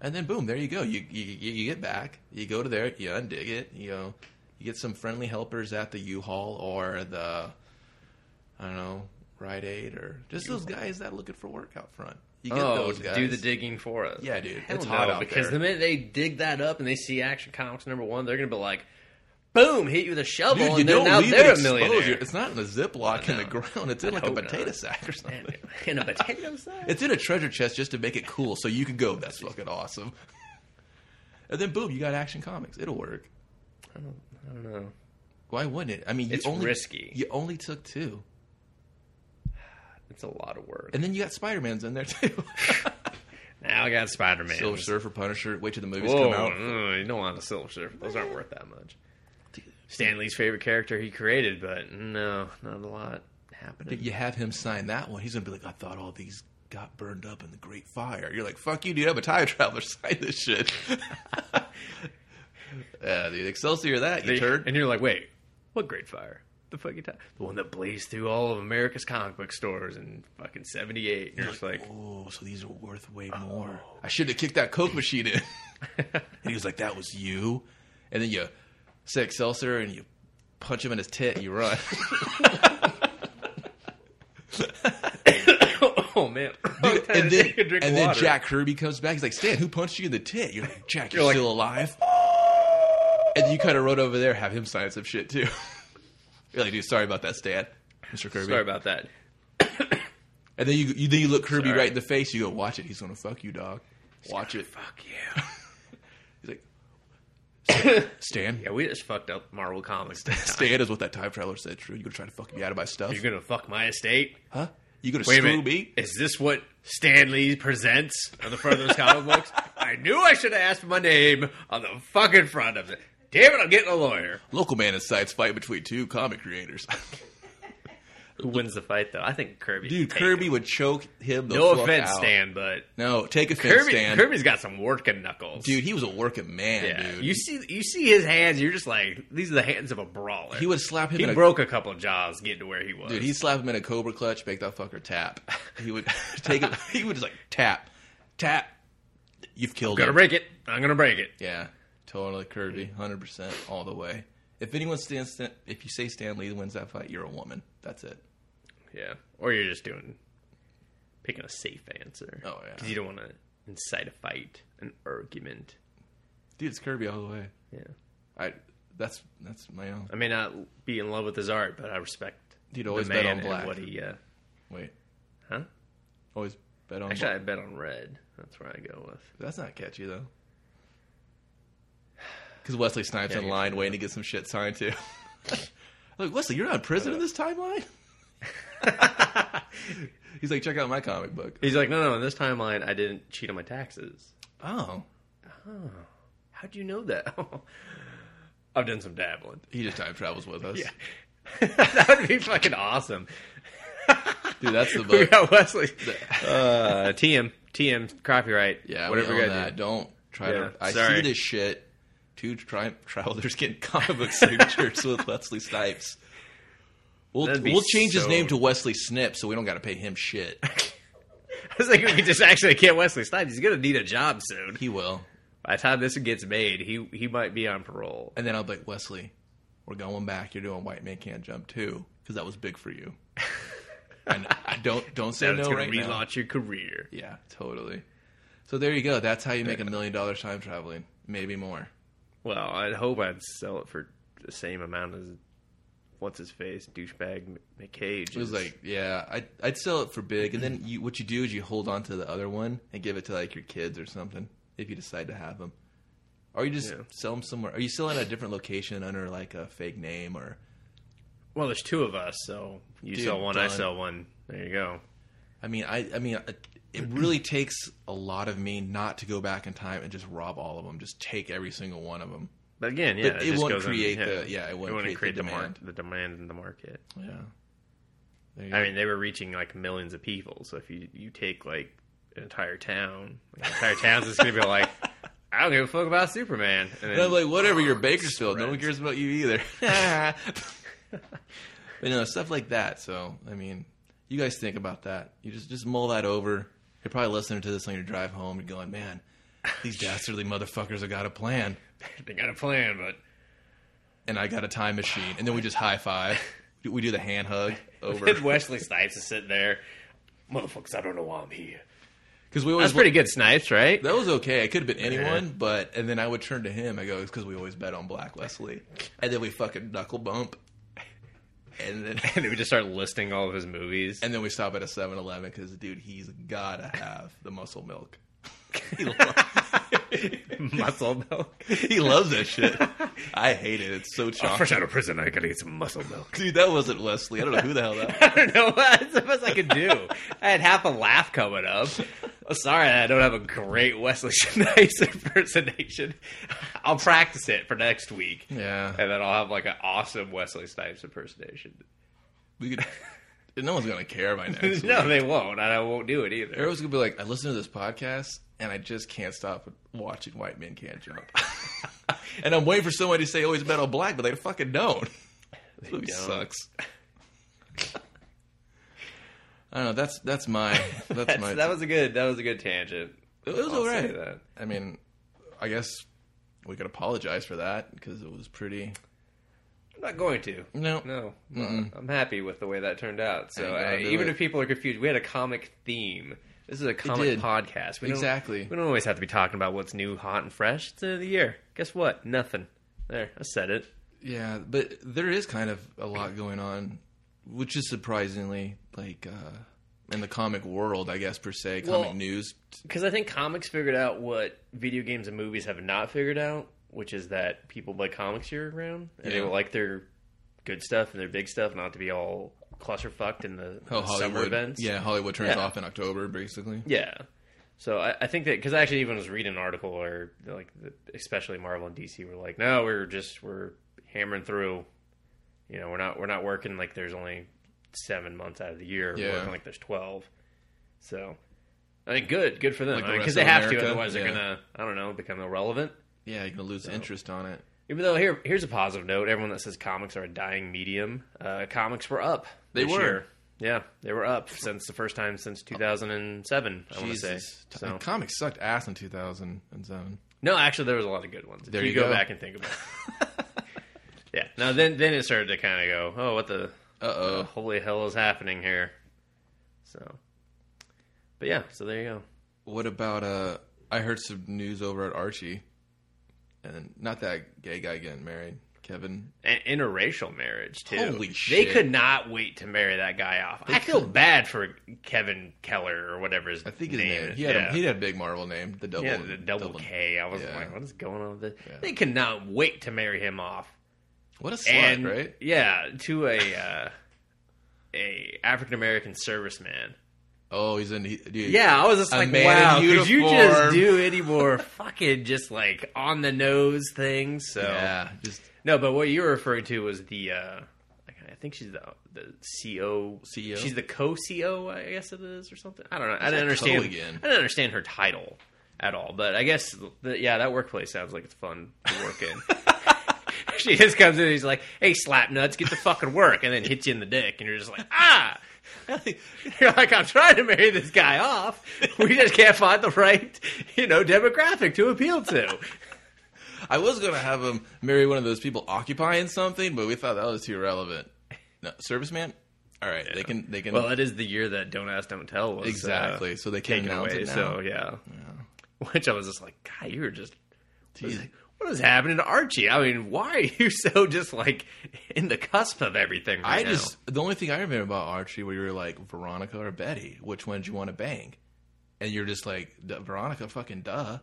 Speaker 1: And then boom, there you go. You you, you you get back. You go to there. You undig it. You know, you get some friendly helpers at the U-Haul or the, I don't know, Rite Aid or just those guys that are looking for work out front. You get
Speaker 2: Oh,
Speaker 1: those guys.
Speaker 2: do the digging for us.
Speaker 1: Yeah, dude,
Speaker 2: Hell
Speaker 1: it's
Speaker 2: no,
Speaker 1: hot out
Speaker 2: because
Speaker 1: there.
Speaker 2: the minute they dig that up and they see Action Comics number one, they're gonna be like, "Boom! Hit you with a shovel!"
Speaker 1: Dude, you
Speaker 2: and then
Speaker 1: don't
Speaker 2: now
Speaker 1: leave
Speaker 2: they're
Speaker 1: it
Speaker 2: a
Speaker 1: exposed.
Speaker 2: millionaire.
Speaker 1: It's not in a Ziploc in the
Speaker 2: No.
Speaker 1: ground. It's in like a
Speaker 2: hope
Speaker 1: potato
Speaker 2: not.
Speaker 1: sack or something.
Speaker 2: And a potato salad.
Speaker 1: It's in a treasure chest just to make it cool, so you can go. That's fucking awesome. and then boom, you got Action Comics. It'll work.
Speaker 2: I don't, I don't know.
Speaker 1: Why wouldn't it? I mean, you
Speaker 2: It's
Speaker 1: only
Speaker 2: risky.
Speaker 1: You only took two,
Speaker 2: It's a lot of work.
Speaker 1: and then you got Spider Man's in there too.
Speaker 2: Now I got Spider Man.
Speaker 1: Silver Surfer, Punisher. Wait till the movies
Speaker 2: Whoa,
Speaker 1: come out.
Speaker 2: mm, you don't want a Silver Surfer. Those aren't worth that much. Stan Lee's favorite character he created, but no, not a lot happening.
Speaker 1: You have him sign that one. He's gonna be like, I thought all these got burned up in the Great Fire. You're like, fuck you, dude. I'm a time traveler. Sign this shit. yeah, dude. Excelsior, that you
Speaker 2: They-
Speaker 1: turd.
Speaker 2: And you're like, wait, what great fire? The fucking time? The one that blazed through all of America's comic book stores in fucking 78. And you're just like,
Speaker 1: Oh, so these are worth way more. oh, I should have kicked that Coke machine in. and he was like, that was you. And then you say Excelsior and you punch him in his tit and you run.
Speaker 2: oh man.
Speaker 1: Dude, and then,
Speaker 2: take a drink
Speaker 1: and
Speaker 2: of
Speaker 1: then
Speaker 2: water.
Speaker 1: Jack Kirby comes back. He's like, Stan, who punched you in the tit? You're like, "Oh." Jack, you're,
Speaker 2: You're like-
Speaker 1: still alive. And you kind of rode over there, have him sign some shit too. you're like, dude, sorry about that, Stan, Mr. Kirby.
Speaker 2: Sorry about that.
Speaker 1: And then you, you then you look Kirby
Speaker 2: Sorry.
Speaker 1: right in the face. You go, watch it. He's gonna fuck you, dog. Watch it.
Speaker 2: Fuck you.
Speaker 1: He's like, Stan.
Speaker 2: Yeah, we just fucked up Marvel Comics.
Speaker 1: Stan is what that time traveler said. True. You gonna try to fuck me out of my stuff?
Speaker 2: You're gonna fuck my estate?
Speaker 1: huh? You gonna
Speaker 2: Wait a
Speaker 1: screw
Speaker 2: minute.
Speaker 1: me?
Speaker 2: Is this what Stan Lee presents on the front of those comic books? I knew I should have asked for my name on the fucking front of it. Damn it, I'm getting a lawyer.
Speaker 1: Local man incites fight between two comic creators.
Speaker 2: Who wins the fight, though? I think Kirby.
Speaker 1: Dude,
Speaker 2: can take
Speaker 1: Kirby
Speaker 2: it.
Speaker 1: would choke him. The
Speaker 2: No
Speaker 1: fuck
Speaker 2: offense,
Speaker 1: out.
Speaker 2: Stan, but
Speaker 1: No, take offense,
Speaker 2: Kirby,
Speaker 1: Stan.
Speaker 2: Kirby's got some working knuckles,
Speaker 1: Dude, he was a working man,
Speaker 2: Yeah,
Speaker 1: dude.
Speaker 2: you see, you see his hands. You're just like, these are the hands of a brawler.
Speaker 1: he would slap him
Speaker 2: He
Speaker 1: in
Speaker 2: broke a couple jaws getting to where he was.
Speaker 1: a dude, he'd slap him in a cobra clutch, make that fucker tap. He would take him he would just like tap. Tap. You've killed
Speaker 2: gonna
Speaker 1: him.
Speaker 2: break it. I'm gonna break it.
Speaker 1: Yeah. Totally Kirby, hundred percent all the way. If anyone stands Stan, if you say Stan Lee wins that fight, you're a woman. That's it.
Speaker 2: Yeah, or you're just doing picking a safe answer.
Speaker 1: Oh, yeah.
Speaker 2: because you don't want to incite a fight, an argument.
Speaker 1: Dude, it's Kirby all the way.
Speaker 2: Yeah,
Speaker 1: I that's that's my own.
Speaker 2: I may not be in love with his art, but I respect
Speaker 1: Dude,
Speaker 2: the
Speaker 1: always
Speaker 2: man
Speaker 1: bet on
Speaker 2: and
Speaker 1: black.
Speaker 2: what he. Uh,
Speaker 1: Wait.
Speaker 2: huh?
Speaker 1: Always bet on
Speaker 2: Actually,
Speaker 1: black.
Speaker 2: I bet on red. That's where I go with.
Speaker 1: That's not catchy though. Because Wesley Snipes
Speaker 2: Yeah,
Speaker 1: in
Speaker 2: you're
Speaker 1: line waiting to get some shit signed too. like Wesley, you're not in prison in this timeline. He's like, check out my comic book.
Speaker 2: He's like, no, no. In this timeline, I didn't cheat on my taxes.
Speaker 1: Oh,
Speaker 2: How do you know that? I've done some dabbling.
Speaker 1: he just time travels with us,
Speaker 2: Yeah. that would be fucking awesome.
Speaker 1: dude. That's the
Speaker 2: We
Speaker 1: book.
Speaker 2: got Wesley. Uh, TM, TM, copyright.
Speaker 1: Yeah,
Speaker 2: whatever
Speaker 1: whatever.
Speaker 2: you
Speaker 1: On
Speaker 2: got.
Speaker 1: that. Don't try
Speaker 2: Yeah,
Speaker 1: to. I
Speaker 2: sorry.
Speaker 1: see this shit. Two tri- travelers getting comic book signatures with Wesley Snipes. We'll,
Speaker 2: That'd be
Speaker 1: we'll change his
Speaker 2: so-
Speaker 1: name to Wesley Snip, so we don't got to pay him shit.
Speaker 2: I was like, we could just actually get Wesley Snipes. He's gonna need a job soon.
Speaker 1: He will.
Speaker 2: By the time this gets made, he he might be on parole.
Speaker 1: And then I'll be like, Wesley, we're going back. You're doing White Man Can't Jump too, because that was big for you. and I don't don't say
Speaker 2: That's
Speaker 1: no
Speaker 2: gonna
Speaker 1: right now.
Speaker 2: relaunch your career.
Speaker 1: Yeah, totally. So there you go. That's how you make a million dollars time traveling, maybe more.
Speaker 2: Well, I'd hope I'd sell it for the same amount as what's his face douchebag McCage.
Speaker 1: It was like, yeah, I'd, I'd sell it for big, and then you, what you do is you hold on to the other one and give it to like your kids or something if you decide to have them, or you just
Speaker 2: Yeah.
Speaker 1: sell them somewhere. Are you selling at a different location under like a fake name or?
Speaker 2: well, there's two of us, so you
Speaker 1: Dude,
Speaker 2: sell one, I
Speaker 1: done.
Speaker 2: sell one. There you go.
Speaker 1: I mean, I I mean, it really takes a lot of me not to go back in time and just rob all of them, just take every single one of them.
Speaker 2: But again, yeah,
Speaker 1: But
Speaker 2: it,
Speaker 1: it
Speaker 2: just
Speaker 1: won't
Speaker 2: goes on-
Speaker 1: create
Speaker 2: yeah,
Speaker 1: the- yeah, it won't create the
Speaker 2: create the,
Speaker 1: demand.
Speaker 2: market, the demand in the market.
Speaker 1: Yeah. There you
Speaker 2: I
Speaker 1: go.
Speaker 2: mean, they were reaching like millions of people. So if you you take like an entire town, like, entire towns is going to be like, I don't give a fuck about Superman. And then,
Speaker 1: And I'm like, whatever, you're
Speaker 2: Oh,
Speaker 1: Bakersfield. No one cares
Speaker 2: spreads.
Speaker 1: about you either. but no, stuff like that. So, I mean, you guys think about that. You just just mull that over. You're probably listening to this on your drive home. You're going, man, these dastardly motherfuckers have got a plan,
Speaker 2: they got a plan, but
Speaker 1: and I got a time machine. And then we just high five. We do the hand hug over
Speaker 2: Then Wesley Snipes is sitting there. Motherfuckers, I don't know why I'm here.
Speaker 1: because we
Speaker 2: That's
Speaker 1: always
Speaker 2: pretty good, Snipes, right?
Speaker 1: That was okay. It could have been anyone, but and then I would turn to him. I go, "It's because we always bet on Black Wesley," and then we fucking knuckle bump, and then
Speaker 2: And they would just start listing all of his movies.
Speaker 1: and then we stop at a 7-Eleven because dude, he's gotta have the muscle milk. he, lo-
Speaker 2: muscle milk.
Speaker 1: he loves that shit. I hate it. It's so
Speaker 2: Fresh
Speaker 1: chocolate.
Speaker 2: out of prison, I gotta eat some muscle milk.
Speaker 1: Dude, that wasn't Wesley. I don't know who the hell that.
Speaker 2: I don't know what it's the best I could do. I had half a laugh coming up. Oh, sorry, I don't have a great Wesley Snipes impersonation. I'll practice it for next week,
Speaker 1: Yeah,
Speaker 2: and then I'll have like an awesome Wesley Snipes impersonation.
Speaker 1: we could. No one's gonna care by next week.
Speaker 2: no, they won't, and I won't do it either.
Speaker 1: Everyone's gonna be like, I listen to this podcast and I just can't stop watching White Men Can't Jump. and I'm waiting for somebody to say always bet on black, but they fucking don't. This movie
Speaker 2: don't.
Speaker 1: sucks. I don't know. That's that's my that's,
Speaker 2: That's,
Speaker 1: my.
Speaker 2: that was a good. That was a good tangent.
Speaker 1: it was
Speaker 2: I'll
Speaker 1: all
Speaker 2: say
Speaker 1: right.
Speaker 2: that.
Speaker 1: I mean, I guess we could apologize for that because it was pretty.
Speaker 2: I'm not going to.
Speaker 1: No,
Speaker 2: No, Uh, I'm happy with the way that turned out. So
Speaker 1: I
Speaker 2: I,
Speaker 1: know,
Speaker 2: even
Speaker 1: it-
Speaker 2: if people are confused, we had a comic theme. This is a comic
Speaker 1: did.
Speaker 2: podcast. We don't-
Speaker 1: Exactly.
Speaker 2: we don't always have to be talking about what's new, hot, and fresh. It's the end of the year. Guess what? Nothing. There, I said it.
Speaker 1: Yeah, but there is kind of a lot going on, which is surprisingly like uh, in the comic world, I guess per se, comic
Speaker 2: Well-
Speaker 1: news.
Speaker 2: Because I think comics figured out what video games and movies have not figured out, which is that people buy comics year round and they
Speaker 1: Yeah.
Speaker 2: like their good stuff and their big stuff, not to be all clusterfucked in the,
Speaker 1: Oh,
Speaker 2: the summer
Speaker 1: Hollywood.
Speaker 2: events.
Speaker 1: Yeah, Hollywood turns
Speaker 2: Yeah.
Speaker 1: off in October, basically.
Speaker 2: Yeah. So I, I think that because I actually even was reading an article where like the, especially Marvel and DC were like, no, we're just we're hammering through. You know, we're not we're not working like there's only seven months out of the year.
Speaker 1: Yeah.
Speaker 2: We're working like there's twelve. So I think good good for them
Speaker 1: Like the
Speaker 2: because
Speaker 1: rest
Speaker 2: they
Speaker 1: of
Speaker 2: have
Speaker 1: America,
Speaker 2: to otherwise
Speaker 1: yeah.
Speaker 2: they're gonna I don't know become irrelevant.
Speaker 1: Yeah, you're gonna lose interest on it.
Speaker 2: Even though here here's a positive note. Everyone that says comics are a dying medium, uh, comics were up.
Speaker 1: They
Speaker 2: this
Speaker 1: were.
Speaker 2: year. Yeah, they were up since the first time since 2007. I want to say.
Speaker 1: Jesus, T- comics sucked ass in 2007.
Speaker 2: No, actually, there was a lot of good ones. If
Speaker 1: There
Speaker 2: you,
Speaker 1: you
Speaker 2: go,
Speaker 1: go.
Speaker 2: back and think about. it. yeah. No, then then it started to kind of go, oh, what the
Speaker 1: Uh oh.
Speaker 2: holy hell is happening here? So, but yeah, so there you go.
Speaker 1: What about uh? I heard some news over at Archie, and not that gay guy getting married, Kevin.
Speaker 2: An interracial marriage too.
Speaker 1: Holy
Speaker 2: They
Speaker 1: shit.
Speaker 2: could not wait to marry that guy off. I feel bad for Kevin Keller or whatever his
Speaker 1: I think his
Speaker 2: name.
Speaker 1: name.
Speaker 2: is.
Speaker 1: He had
Speaker 2: yeah.
Speaker 1: a, he had a big Marvel name. The double.
Speaker 2: yeah, the double, K. I was
Speaker 1: yeah.
Speaker 2: like, what is going on with this?
Speaker 1: Yeah.
Speaker 2: They could not wait to marry him off.
Speaker 1: What a slut,
Speaker 2: and
Speaker 1: right?
Speaker 2: yeah, to a uh, a African American serviceman.
Speaker 1: Oh, he's in. He, dude,
Speaker 2: Yeah, I was just
Speaker 1: A
Speaker 2: like,
Speaker 1: man in
Speaker 2: wow, could you just
Speaker 1: uniform.
Speaker 2: do any more fucking just like on the nose things? So
Speaker 1: Yeah, just
Speaker 2: no, but what you were referring to was the. uh I think she's the the CO.
Speaker 1: CEO?
Speaker 2: She's the co CO, I guess it is, or something. I don't know. I
Speaker 1: that
Speaker 2: didn't
Speaker 1: co
Speaker 2: understand.
Speaker 1: again?
Speaker 2: I didn't understand her title at all. But I guess the, yeah, that workplace sounds like it's fun to work in. she just comes in and he's like, "Hey, slap nuts, get the fucking work," and then hits you in the dick, and you're just like, ah. You're like, I'm trying to marry this guy off. We just can't find the right, you know, demographic to appeal to.
Speaker 1: I was gonna have him marry one of those people occupying something, but we thought that was too irrelevant. No, serviceman. All right, they can they can
Speaker 2: Well, it is the year that Don't Ask, Don't Tell was uh,
Speaker 1: exactly. so they can
Speaker 2: taken
Speaker 1: announce
Speaker 2: away.
Speaker 1: it now.
Speaker 2: So yeah. which I was just like, God, you were just was,
Speaker 1: Jeez.
Speaker 2: what is happening to Archie? I mean, why are you so just like in the cusp of everything? Right
Speaker 1: I
Speaker 2: now?
Speaker 1: just the only thing I remember about Archie where you were like Veronica or Betty, which one did you want to bang? And you're just like "Duh, Veronica, fucking duh.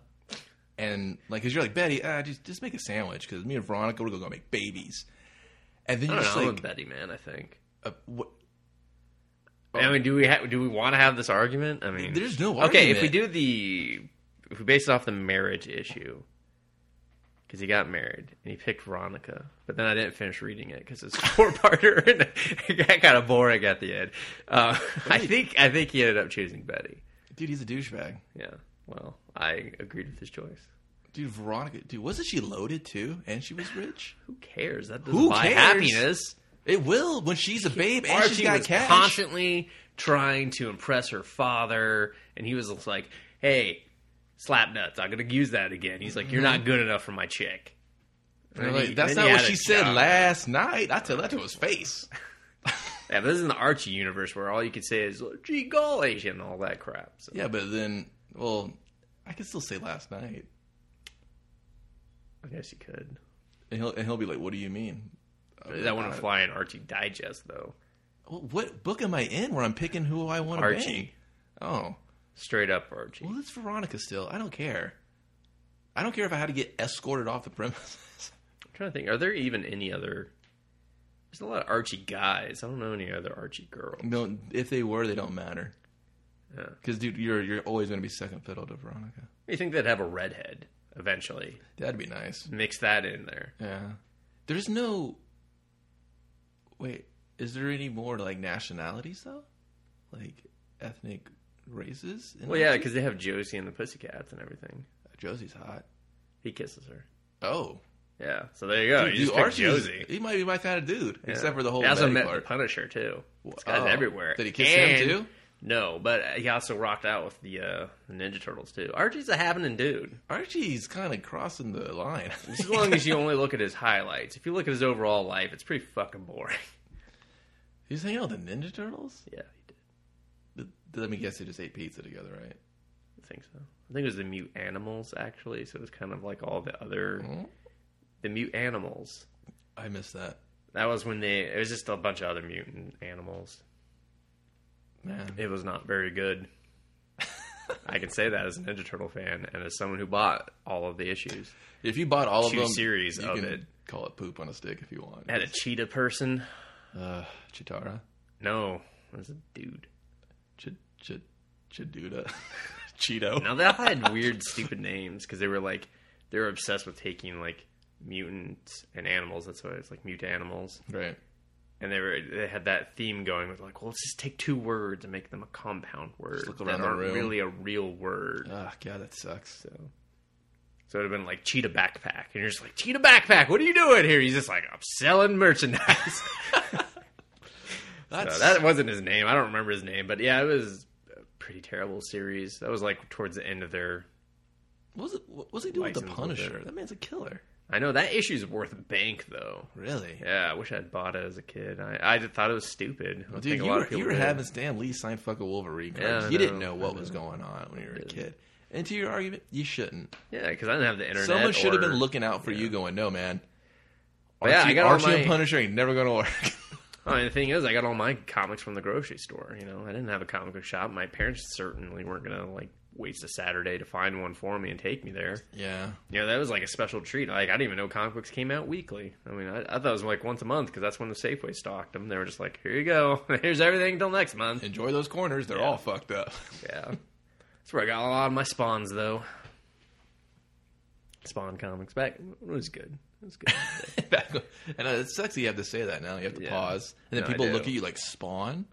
Speaker 1: And like, cause you're like Betty, ah, just just make a sandwich because me and Veronica we're gonna go make babies. And then
Speaker 2: I
Speaker 1: you're
Speaker 2: don't know.
Speaker 1: just
Speaker 2: I'm a
Speaker 1: like,
Speaker 2: Betty man. I think.
Speaker 1: uh, what,
Speaker 2: I mean, do we ha- do we want to have this argument? I mean,
Speaker 1: Oh. There's no
Speaker 2: okay. If we
Speaker 1: argument.
Speaker 2: do the if we base it off the marriage issue, because he got married and he picked Veronica, but then I didn't finish reading it because it's a four parter and it got kind of boring at the end. Uh, I think I think he ended up choosing Betty.
Speaker 1: dude, he's a douchebag.
Speaker 2: Yeah. Well, I agreed with his choice.
Speaker 1: Dude, Veronica, dude, wasn't she loaded too? And she was rich.
Speaker 2: Who cares? That doesn't
Speaker 1: Who
Speaker 2: buy
Speaker 1: cares?
Speaker 2: happiness.
Speaker 1: It will when she's a babe and she's
Speaker 2: Archie
Speaker 1: got
Speaker 2: was
Speaker 1: cash.
Speaker 2: constantly trying to impress her father, and he was just like, "Hey, slap nuts! I'm gonna use that again." He's like, "You're
Speaker 1: Mm-hmm.
Speaker 2: not good enough for my chick."
Speaker 1: And
Speaker 2: And
Speaker 1: like,
Speaker 2: he-
Speaker 1: That's
Speaker 2: then
Speaker 1: not
Speaker 2: he
Speaker 1: what
Speaker 2: had
Speaker 1: she
Speaker 2: a
Speaker 1: said
Speaker 2: job.
Speaker 1: last night. I tell that to his face.
Speaker 2: Yeah, but this is in the Archie universe where all you could say is "gee golly" and all that crap. So,
Speaker 1: Yeah, but then, well, I can still say last night,
Speaker 2: I guess you could.
Speaker 1: and he'll and he'll be like, "What do you mean?" I'll be
Speaker 2: That
Speaker 1: like,
Speaker 2: wouldn't
Speaker 1: "Uh,
Speaker 2: fly in Archie Digest though.
Speaker 1: well, What book am I in where I'm picking who I want to
Speaker 2: Archie,
Speaker 1: Bang? Oh,
Speaker 2: straight up Archie.
Speaker 1: well, it's Veronica still. I don't care. I don't care if I had to get escorted off the premises.
Speaker 2: I'm trying to think, are there even any other? There's a lot of Archie guys. I don't know any other Archie girls.
Speaker 1: no, if they were, they don't matter.
Speaker 2: Yeah.
Speaker 1: Because dude, you're you're always gonna be second fiddle to Veronica.
Speaker 2: You think they'd have a redhead eventually?
Speaker 1: That'd be nice.
Speaker 2: Mix that in there.
Speaker 1: Yeah. There's no. Wait, is there any more like nationalities though? Like ethnic races? in
Speaker 2: Well, yeah,
Speaker 1: Archie?
Speaker 2: because they have Josie and the Pussycats and everything.
Speaker 1: Josie's hot.
Speaker 2: He kisses her.
Speaker 1: Oh,
Speaker 2: Yeah, so there you go.
Speaker 1: Dude,
Speaker 2: you Oh, just
Speaker 1: dude,
Speaker 2: pick
Speaker 1: Archie is-
Speaker 2: Josie.
Speaker 1: He might be my kind of dude,
Speaker 2: Yeah.
Speaker 1: except for the whole
Speaker 2: He also
Speaker 1: Betty
Speaker 2: met
Speaker 1: part.
Speaker 2: the Punisher too. This guy's
Speaker 1: Oh.
Speaker 2: everywhere.
Speaker 1: Did he kiss
Speaker 2: And-
Speaker 1: him too?
Speaker 2: No, but he also rocked out with the uh, Ninja Turtles too. Archie's a happening dude.
Speaker 1: Archie's kind of crossing the line.
Speaker 2: As long as you only look at his highlights. If you look at his overall life, it's pretty fucking boring.
Speaker 1: He's hanging out with the Ninja Turtles.
Speaker 2: Yeah, he did.
Speaker 1: Th- Let me guess, they just ate pizza together, right?
Speaker 2: I think so. I think it was the mute animals actually. So it was kind of like all the other
Speaker 1: Hmm?
Speaker 2: the mute animals.
Speaker 1: I missed that.
Speaker 2: That was when they. It was just a bunch of other mutant animals.
Speaker 1: Man,
Speaker 2: It was not very good. I can say that as a Ninja Turtle fan and as someone who bought all of the issues.
Speaker 1: if you bought all of
Speaker 2: Two
Speaker 1: them,
Speaker 2: series
Speaker 1: you
Speaker 2: of
Speaker 1: can
Speaker 2: it.
Speaker 1: Call it poop on a stick if you want.
Speaker 2: I had a cheetah person.
Speaker 1: Uh, Chitara.
Speaker 2: No, it was a dude.
Speaker 1: Ch- ch- Chiduda. Cheeto.
Speaker 2: Now they all had weird, stupid names because they were like they were obsessed with taking like mutants and animals. That's why it's like mute animals.
Speaker 1: Right.
Speaker 2: And they were they had that theme going with like, well, let's just take two words and make them a compound word
Speaker 1: look
Speaker 2: that
Speaker 1: around the
Speaker 2: aren't
Speaker 1: room.
Speaker 2: really a real word.
Speaker 1: Ah, God, that sucks.
Speaker 2: So, so it'd have been like cheetah backpack, and you're just like cheetah backpack. What are you doing here? He's just like I'm selling merchandise.
Speaker 1: That's
Speaker 2: So that wasn't his name. I don't remember his name, but yeah, it was a pretty terrible series. That was like towards the end of their.
Speaker 1: what was it, what was he doing with the
Speaker 2: License was
Speaker 1: Punisher? That man's a killer.
Speaker 2: I know that issue's worth bank though.
Speaker 1: Really?
Speaker 2: Yeah, I wish I'd bought it as a kid. I I just thought it was stupid. I
Speaker 1: Dude,
Speaker 2: think a
Speaker 1: you
Speaker 2: lot
Speaker 1: were,
Speaker 2: of people
Speaker 1: you were
Speaker 2: did.
Speaker 1: having Stan Lee sign fucking Wolverine cards.
Speaker 2: Yeah, I
Speaker 1: you didn't know
Speaker 2: know,
Speaker 1: what
Speaker 2: I
Speaker 1: was
Speaker 2: know.
Speaker 1: going on when you were a kid. And to your argument, you shouldn't.
Speaker 2: yeah because I didn't have the internet.
Speaker 1: Someone should have
Speaker 2: or-
Speaker 1: been looking out for you, going, "No, man."
Speaker 2: But
Speaker 1: Archie,
Speaker 2: yeah, I got all
Speaker 1: Archie and
Speaker 2: my-
Speaker 1: Punisher ain't never going to work.
Speaker 2: I mean, the thing is, I got all my comics from the grocery store. You know, I didn't have a comic book shop. My parents certainly weren't gonna like waste a Saturday to find one for me and take me there.
Speaker 1: yeah.
Speaker 2: You know, that was like a special treat. Like, I didn't even know comic books came out weekly. I mean, I, I thought it was like once a month because that's when the Safeway stocked them. They were just like, here you go. Here's everything until next month.
Speaker 1: Enjoy those corners. They're all fucked up.
Speaker 2: Yeah. That's where I got a lot of my spawns, though. Spawn comics. Back, it was good. It was good.
Speaker 1: Back- and uh, it sucks that you have to say that now. You have to
Speaker 2: Yeah.
Speaker 1: pause, and then
Speaker 2: No, I
Speaker 1: people
Speaker 2: do.
Speaker 1: look at you like Spawn.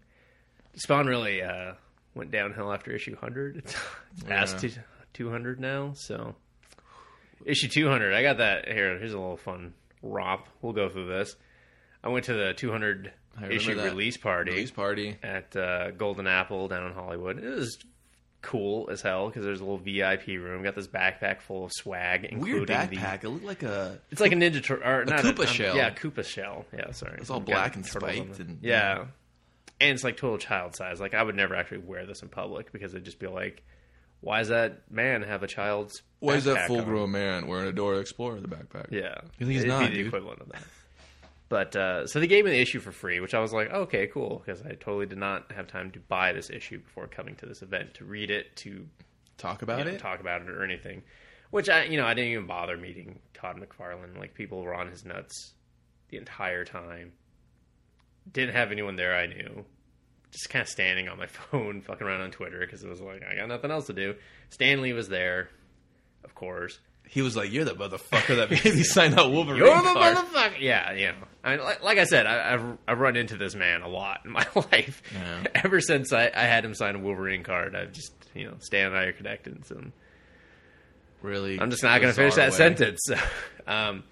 Speaker 2: Spawn really uh, went downhill after issue 100. It's, it's past
Speaker 1: Yeah.
Speaker 2: two, 200 now, so. Issue 200, I got that. Here, here's a little fun romp. We'll go through this. I went to the 200
Speaker 1: I remember
Speaker 2: issue
Speaker 1: that.
Speaker 2: release party
Speaker 1: Release party.
Speaker 2: at uh, Golden Apple down in Hollywood. It was cool as hell because there's a little VIP room. Got this backpack full of swag, including
Speaker 1: Weird backpack. It looked like a
Speaker 2: the. It's like a ninja turtle, or not
Speaker 1: Koopa
Speaker 2: um,
Speaker 1: shell.
Speaker 2: Yeah, Koopa shell. Yeah, sorry.
Speaker 1: It's all
Speaker 2: Got
Speaker 1: black and
Speaker 2: turtles on
Speaker 1: spiked
Speaker 2: it.
Speaker 1: and-
Speaker 2: yeah, and it's like total child size. Like I would never actually wear this in public because they'd just be like, why does that man have a child's
Speaker 1: Why is that
Speaker 2: backpack
Speaker 1: full
Speaker 2: on?
Speaker 1: grown man wearing a Dora Explorer in the backpack?
Speaker 2: Yeah,
Speaker 1: You think he's
Speaker 2: It'd
Speaker 1: not,
Speaker 2: be the
Speaker 1: dude?
Speaker 2: equivalent of that. But uh, so they gave me the issue for free, which I was like, okay, cool, because I totally did not have time to buy this issue before coming to this event to read it, to
Speaker 1: Talk about
Speaker 2: you know,
Speaker 1: it.
Speaker 2: talk about it or anything. Which I, you know, I didn't even bother meeting Todd McFarlane. Like people were on his nuts the entire time. Didn't have anyone there I knew. Just kind of standing on my phone, fucking around on Twitter because it was like I got nothing else to do. Stanley was there, of course.
Speaker 1: He was like, "You're the motherfucker that made me sign that Wolverine
Speaker 2: You're the
Speaker 1: card."
Speaker 2: motherfucker. Yeah, yeah. I mean, like, like I said, I, I've I've run into this man a lot in my life.
Speaker 1: Yeah.
Speaker 2: Ever since I, I had him sign a Wolverine card, I've just you know Stan and I are connected in some
Speaker 1: really,
Speaker 2: I'm just not going to finish
Speaker 1: bizarre
Speaker 2: that
Speaker 1: way.
Speaker 2: sentence. um,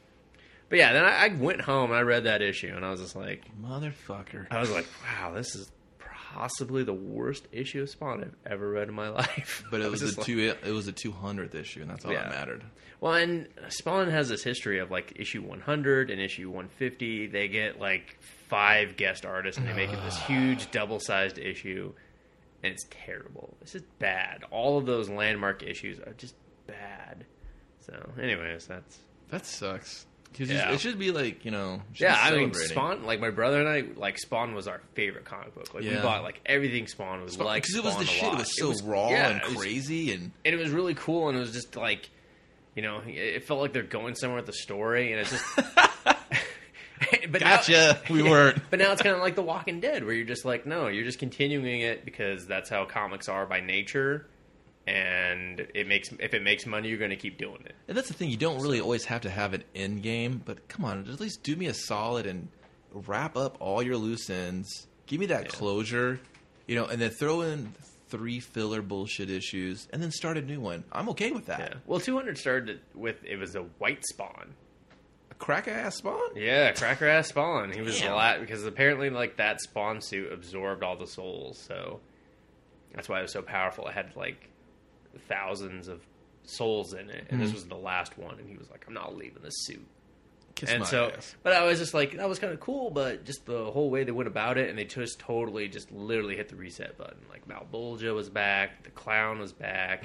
Speaker 2: but yeah, then I, I went home and I read that issue, and I was just like,
Speaker 1: Motherfucker.
Speaker 2: I was like, wow, this is possibly the worst issue of Spawn I've ever read in my life.
Speaker 1: But
Speaker 2: I
Speaker 1: it was,
Speaker 2: just
Speaker 1: the
Speaker 2: like-
Speaker 1: two. It was the two hundredth issue, and that's all
Speaker 2: Yeah.
Speaker 1: that mattered.
Speaker 2: Well, and Spawn has this history of like issue 100 and issue 150. They get like five guest artists and they make it this huge double sized issue. And it's terrible. This is bad. All of those landmark issues are just bad. So, anyways, that's.
Speaker 1: That sucks. 'Cause
Speaker 2: Yeah.
Speaker 1: you, it should be like you know. you should
Speaker 2: Yeah,
Speaker 1: be
Speaker 2: I mean
Speaker 1: celebrating.
Speaker 2: Spawn. Like my brother and I, like Spawn was our favorite comic book. Like we
Speaker 1: Yeah.
Speaker 2: bought like everything Spawn was like
Speaker 1: because it was
Speaker 2: Spawn
Speaker 1: the
Speaker 2: a
Speaker 1: shit. It
Speaker 2: lot.
Speaker 1: was so raw
Speaker 2: yeah,
Speaker 1: and
Speaker 2: it was-
Speaker 1: crazy, and
Speaker 2: and it was really cool, and it was just like, you know, it felt like they're going somewhere with the story, and it's just. but now-
Speaker 1: gotcha. we weren't.
Speaker 2: but now it's kind of like The Walking Dead, where you're just like, no, you're just continuing it because that's how comics are by nature, and it makes if it makes money, you're going to keep doing it.
Speaker 1: And that's the thing. You don't really always have to have an end game, but come on, at least do me a solid and wrap up all your loose ends. Give me that closure, you know, and then throw in three filler bullshit issues, and then start a new one. I'm okay with that.
Speaker 2: Yeah. Well, 200 started with it was a white Spawn.
Speaker 1: A crack ass spawn.
Speaker 2: Yeah, Cracker Ass Spawn. He was a
Speaker 1: Damn.
Speaker 2: lot because apparently, like that Spawn suit absorbed all the souls, so that's why it was so powerful. It had like thousands of souls in it, and this was the last one. And he was like, "I'm not leaving this suit."
Speaker 1: Kiss
Speaker 2: and
Speaker 1: my
Speaker 2: so,
Speaker 1: ass.
Speaker 2: but I was just like, that was kind of cool, but just the whole way they went about it, and they just totally, just literally hit the reset button. Like Malbolgia was back, the clown was back.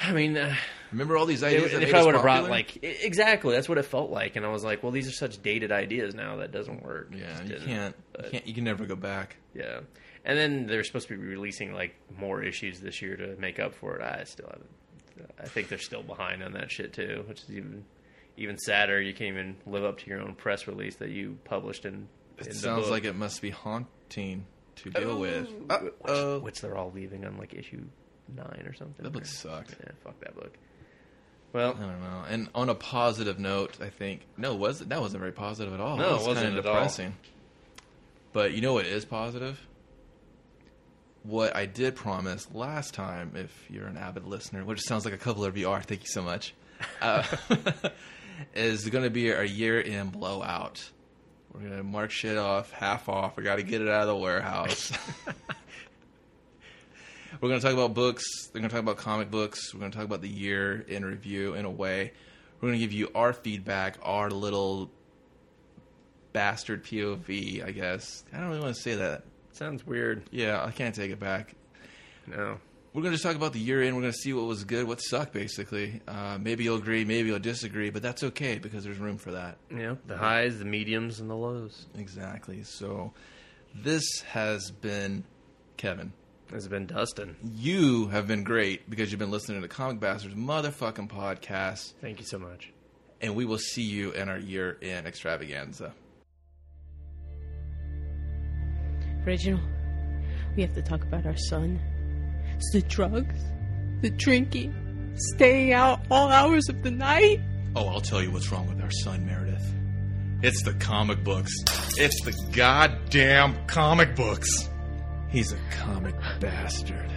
Speaker 2: I mean. Uh,
Speaker 1: remember all these
Speaker 2: they,
Speaker 1: ideas. that
Speaker 2: they
Speaker 1: made
Speaker 2: probably would
Speaker 1: us
Speaker 2: have brought
Speaker 1: popular?
Speaker 2: like e- exactly that's what it felt like and i was like well these are such dated ideas now that doesn't work It
Speaker 1: Yeah,
Speaker 2: just
Speaker 1: you
Speaker 2: didn't.
Speaker 1: can't, you
Speaker 2: But,
Speaker 1: can't. You can never go back.
Speaker 2: yeah and then they're supposed to be releasing like more issues this year to make up for it i still haven't i think they're still behind on that shit too which is even even sadder you can't even live up to your own press release that you published in, in
Speaker 1: It
Speaker 2: the
Speaker 1: sounds
Speaker 2: book. Oh,
Speaker 1: like it must be haunting to deal with.
Speaker 2: Which,
Speaker 1: Uh-oh.
Speaker 2: which they're all leaving on like issue nine or something
Speaker 1: That book
Speaker 2: or-
Speaker 1: sucked. Uh-huh.
Speaker 2: yeah fuck that book well
Speaker 1: I don't know. And on a positive note, I think no, was it? That wasn't very positive at all.
Speaker 2: No,
Speaker 1: That
Speaker 2: it
Speaker 1: was
Speaker 2: wasn't
Speaker 1: Oh, kinda
Speaker 2: at all.
Speaker 1: depressing. But you know what is positive? What I did promise last time, if you're an avid listener, which sounds like a couple of you are, thank you so much, uh, is going to be our year in blowout. We're going to mark shit off, half off. We got to get it out of the warehouse. We're going to talk about books. We're going to talk about comic books. We're going to talk about the year in review in a way. We're going to give you our feedback, our little bastard POV, I guess. I don't really want to say that.
Speaker 2: sounds weird
Speaker 1: Yeah, I can't take it back.
Speaker 2: no
Speaker 1: We're going to just talk about the year in. We're going to see what was good, what sucked, basically. Uh, maybe you'll agree, maybe you'll disagree, but that's okay because there's room for that.
Speaker 2: Yeah, the highs, the mediums, and the lows.
Speaker 1: Exactly. So this has been Kevin.
Speaker 2: Has been Dustin.
Speaker 1: You have been great because you've been listening to Comic Bastards motherfucking podcast.
Speaker 2: Thank you so much.
Speaker 1: and we will see you in our year in extravaganza.
Speaker 3: Reginald, we have to talk about our son. It's the drugs, the drinking, staying out all hours of the night.
Speaker 1: Oh, I'll tell you what's wrong with our son, Meredith. It's the comic books. It's the goddamn comic books. He's a comic bastard.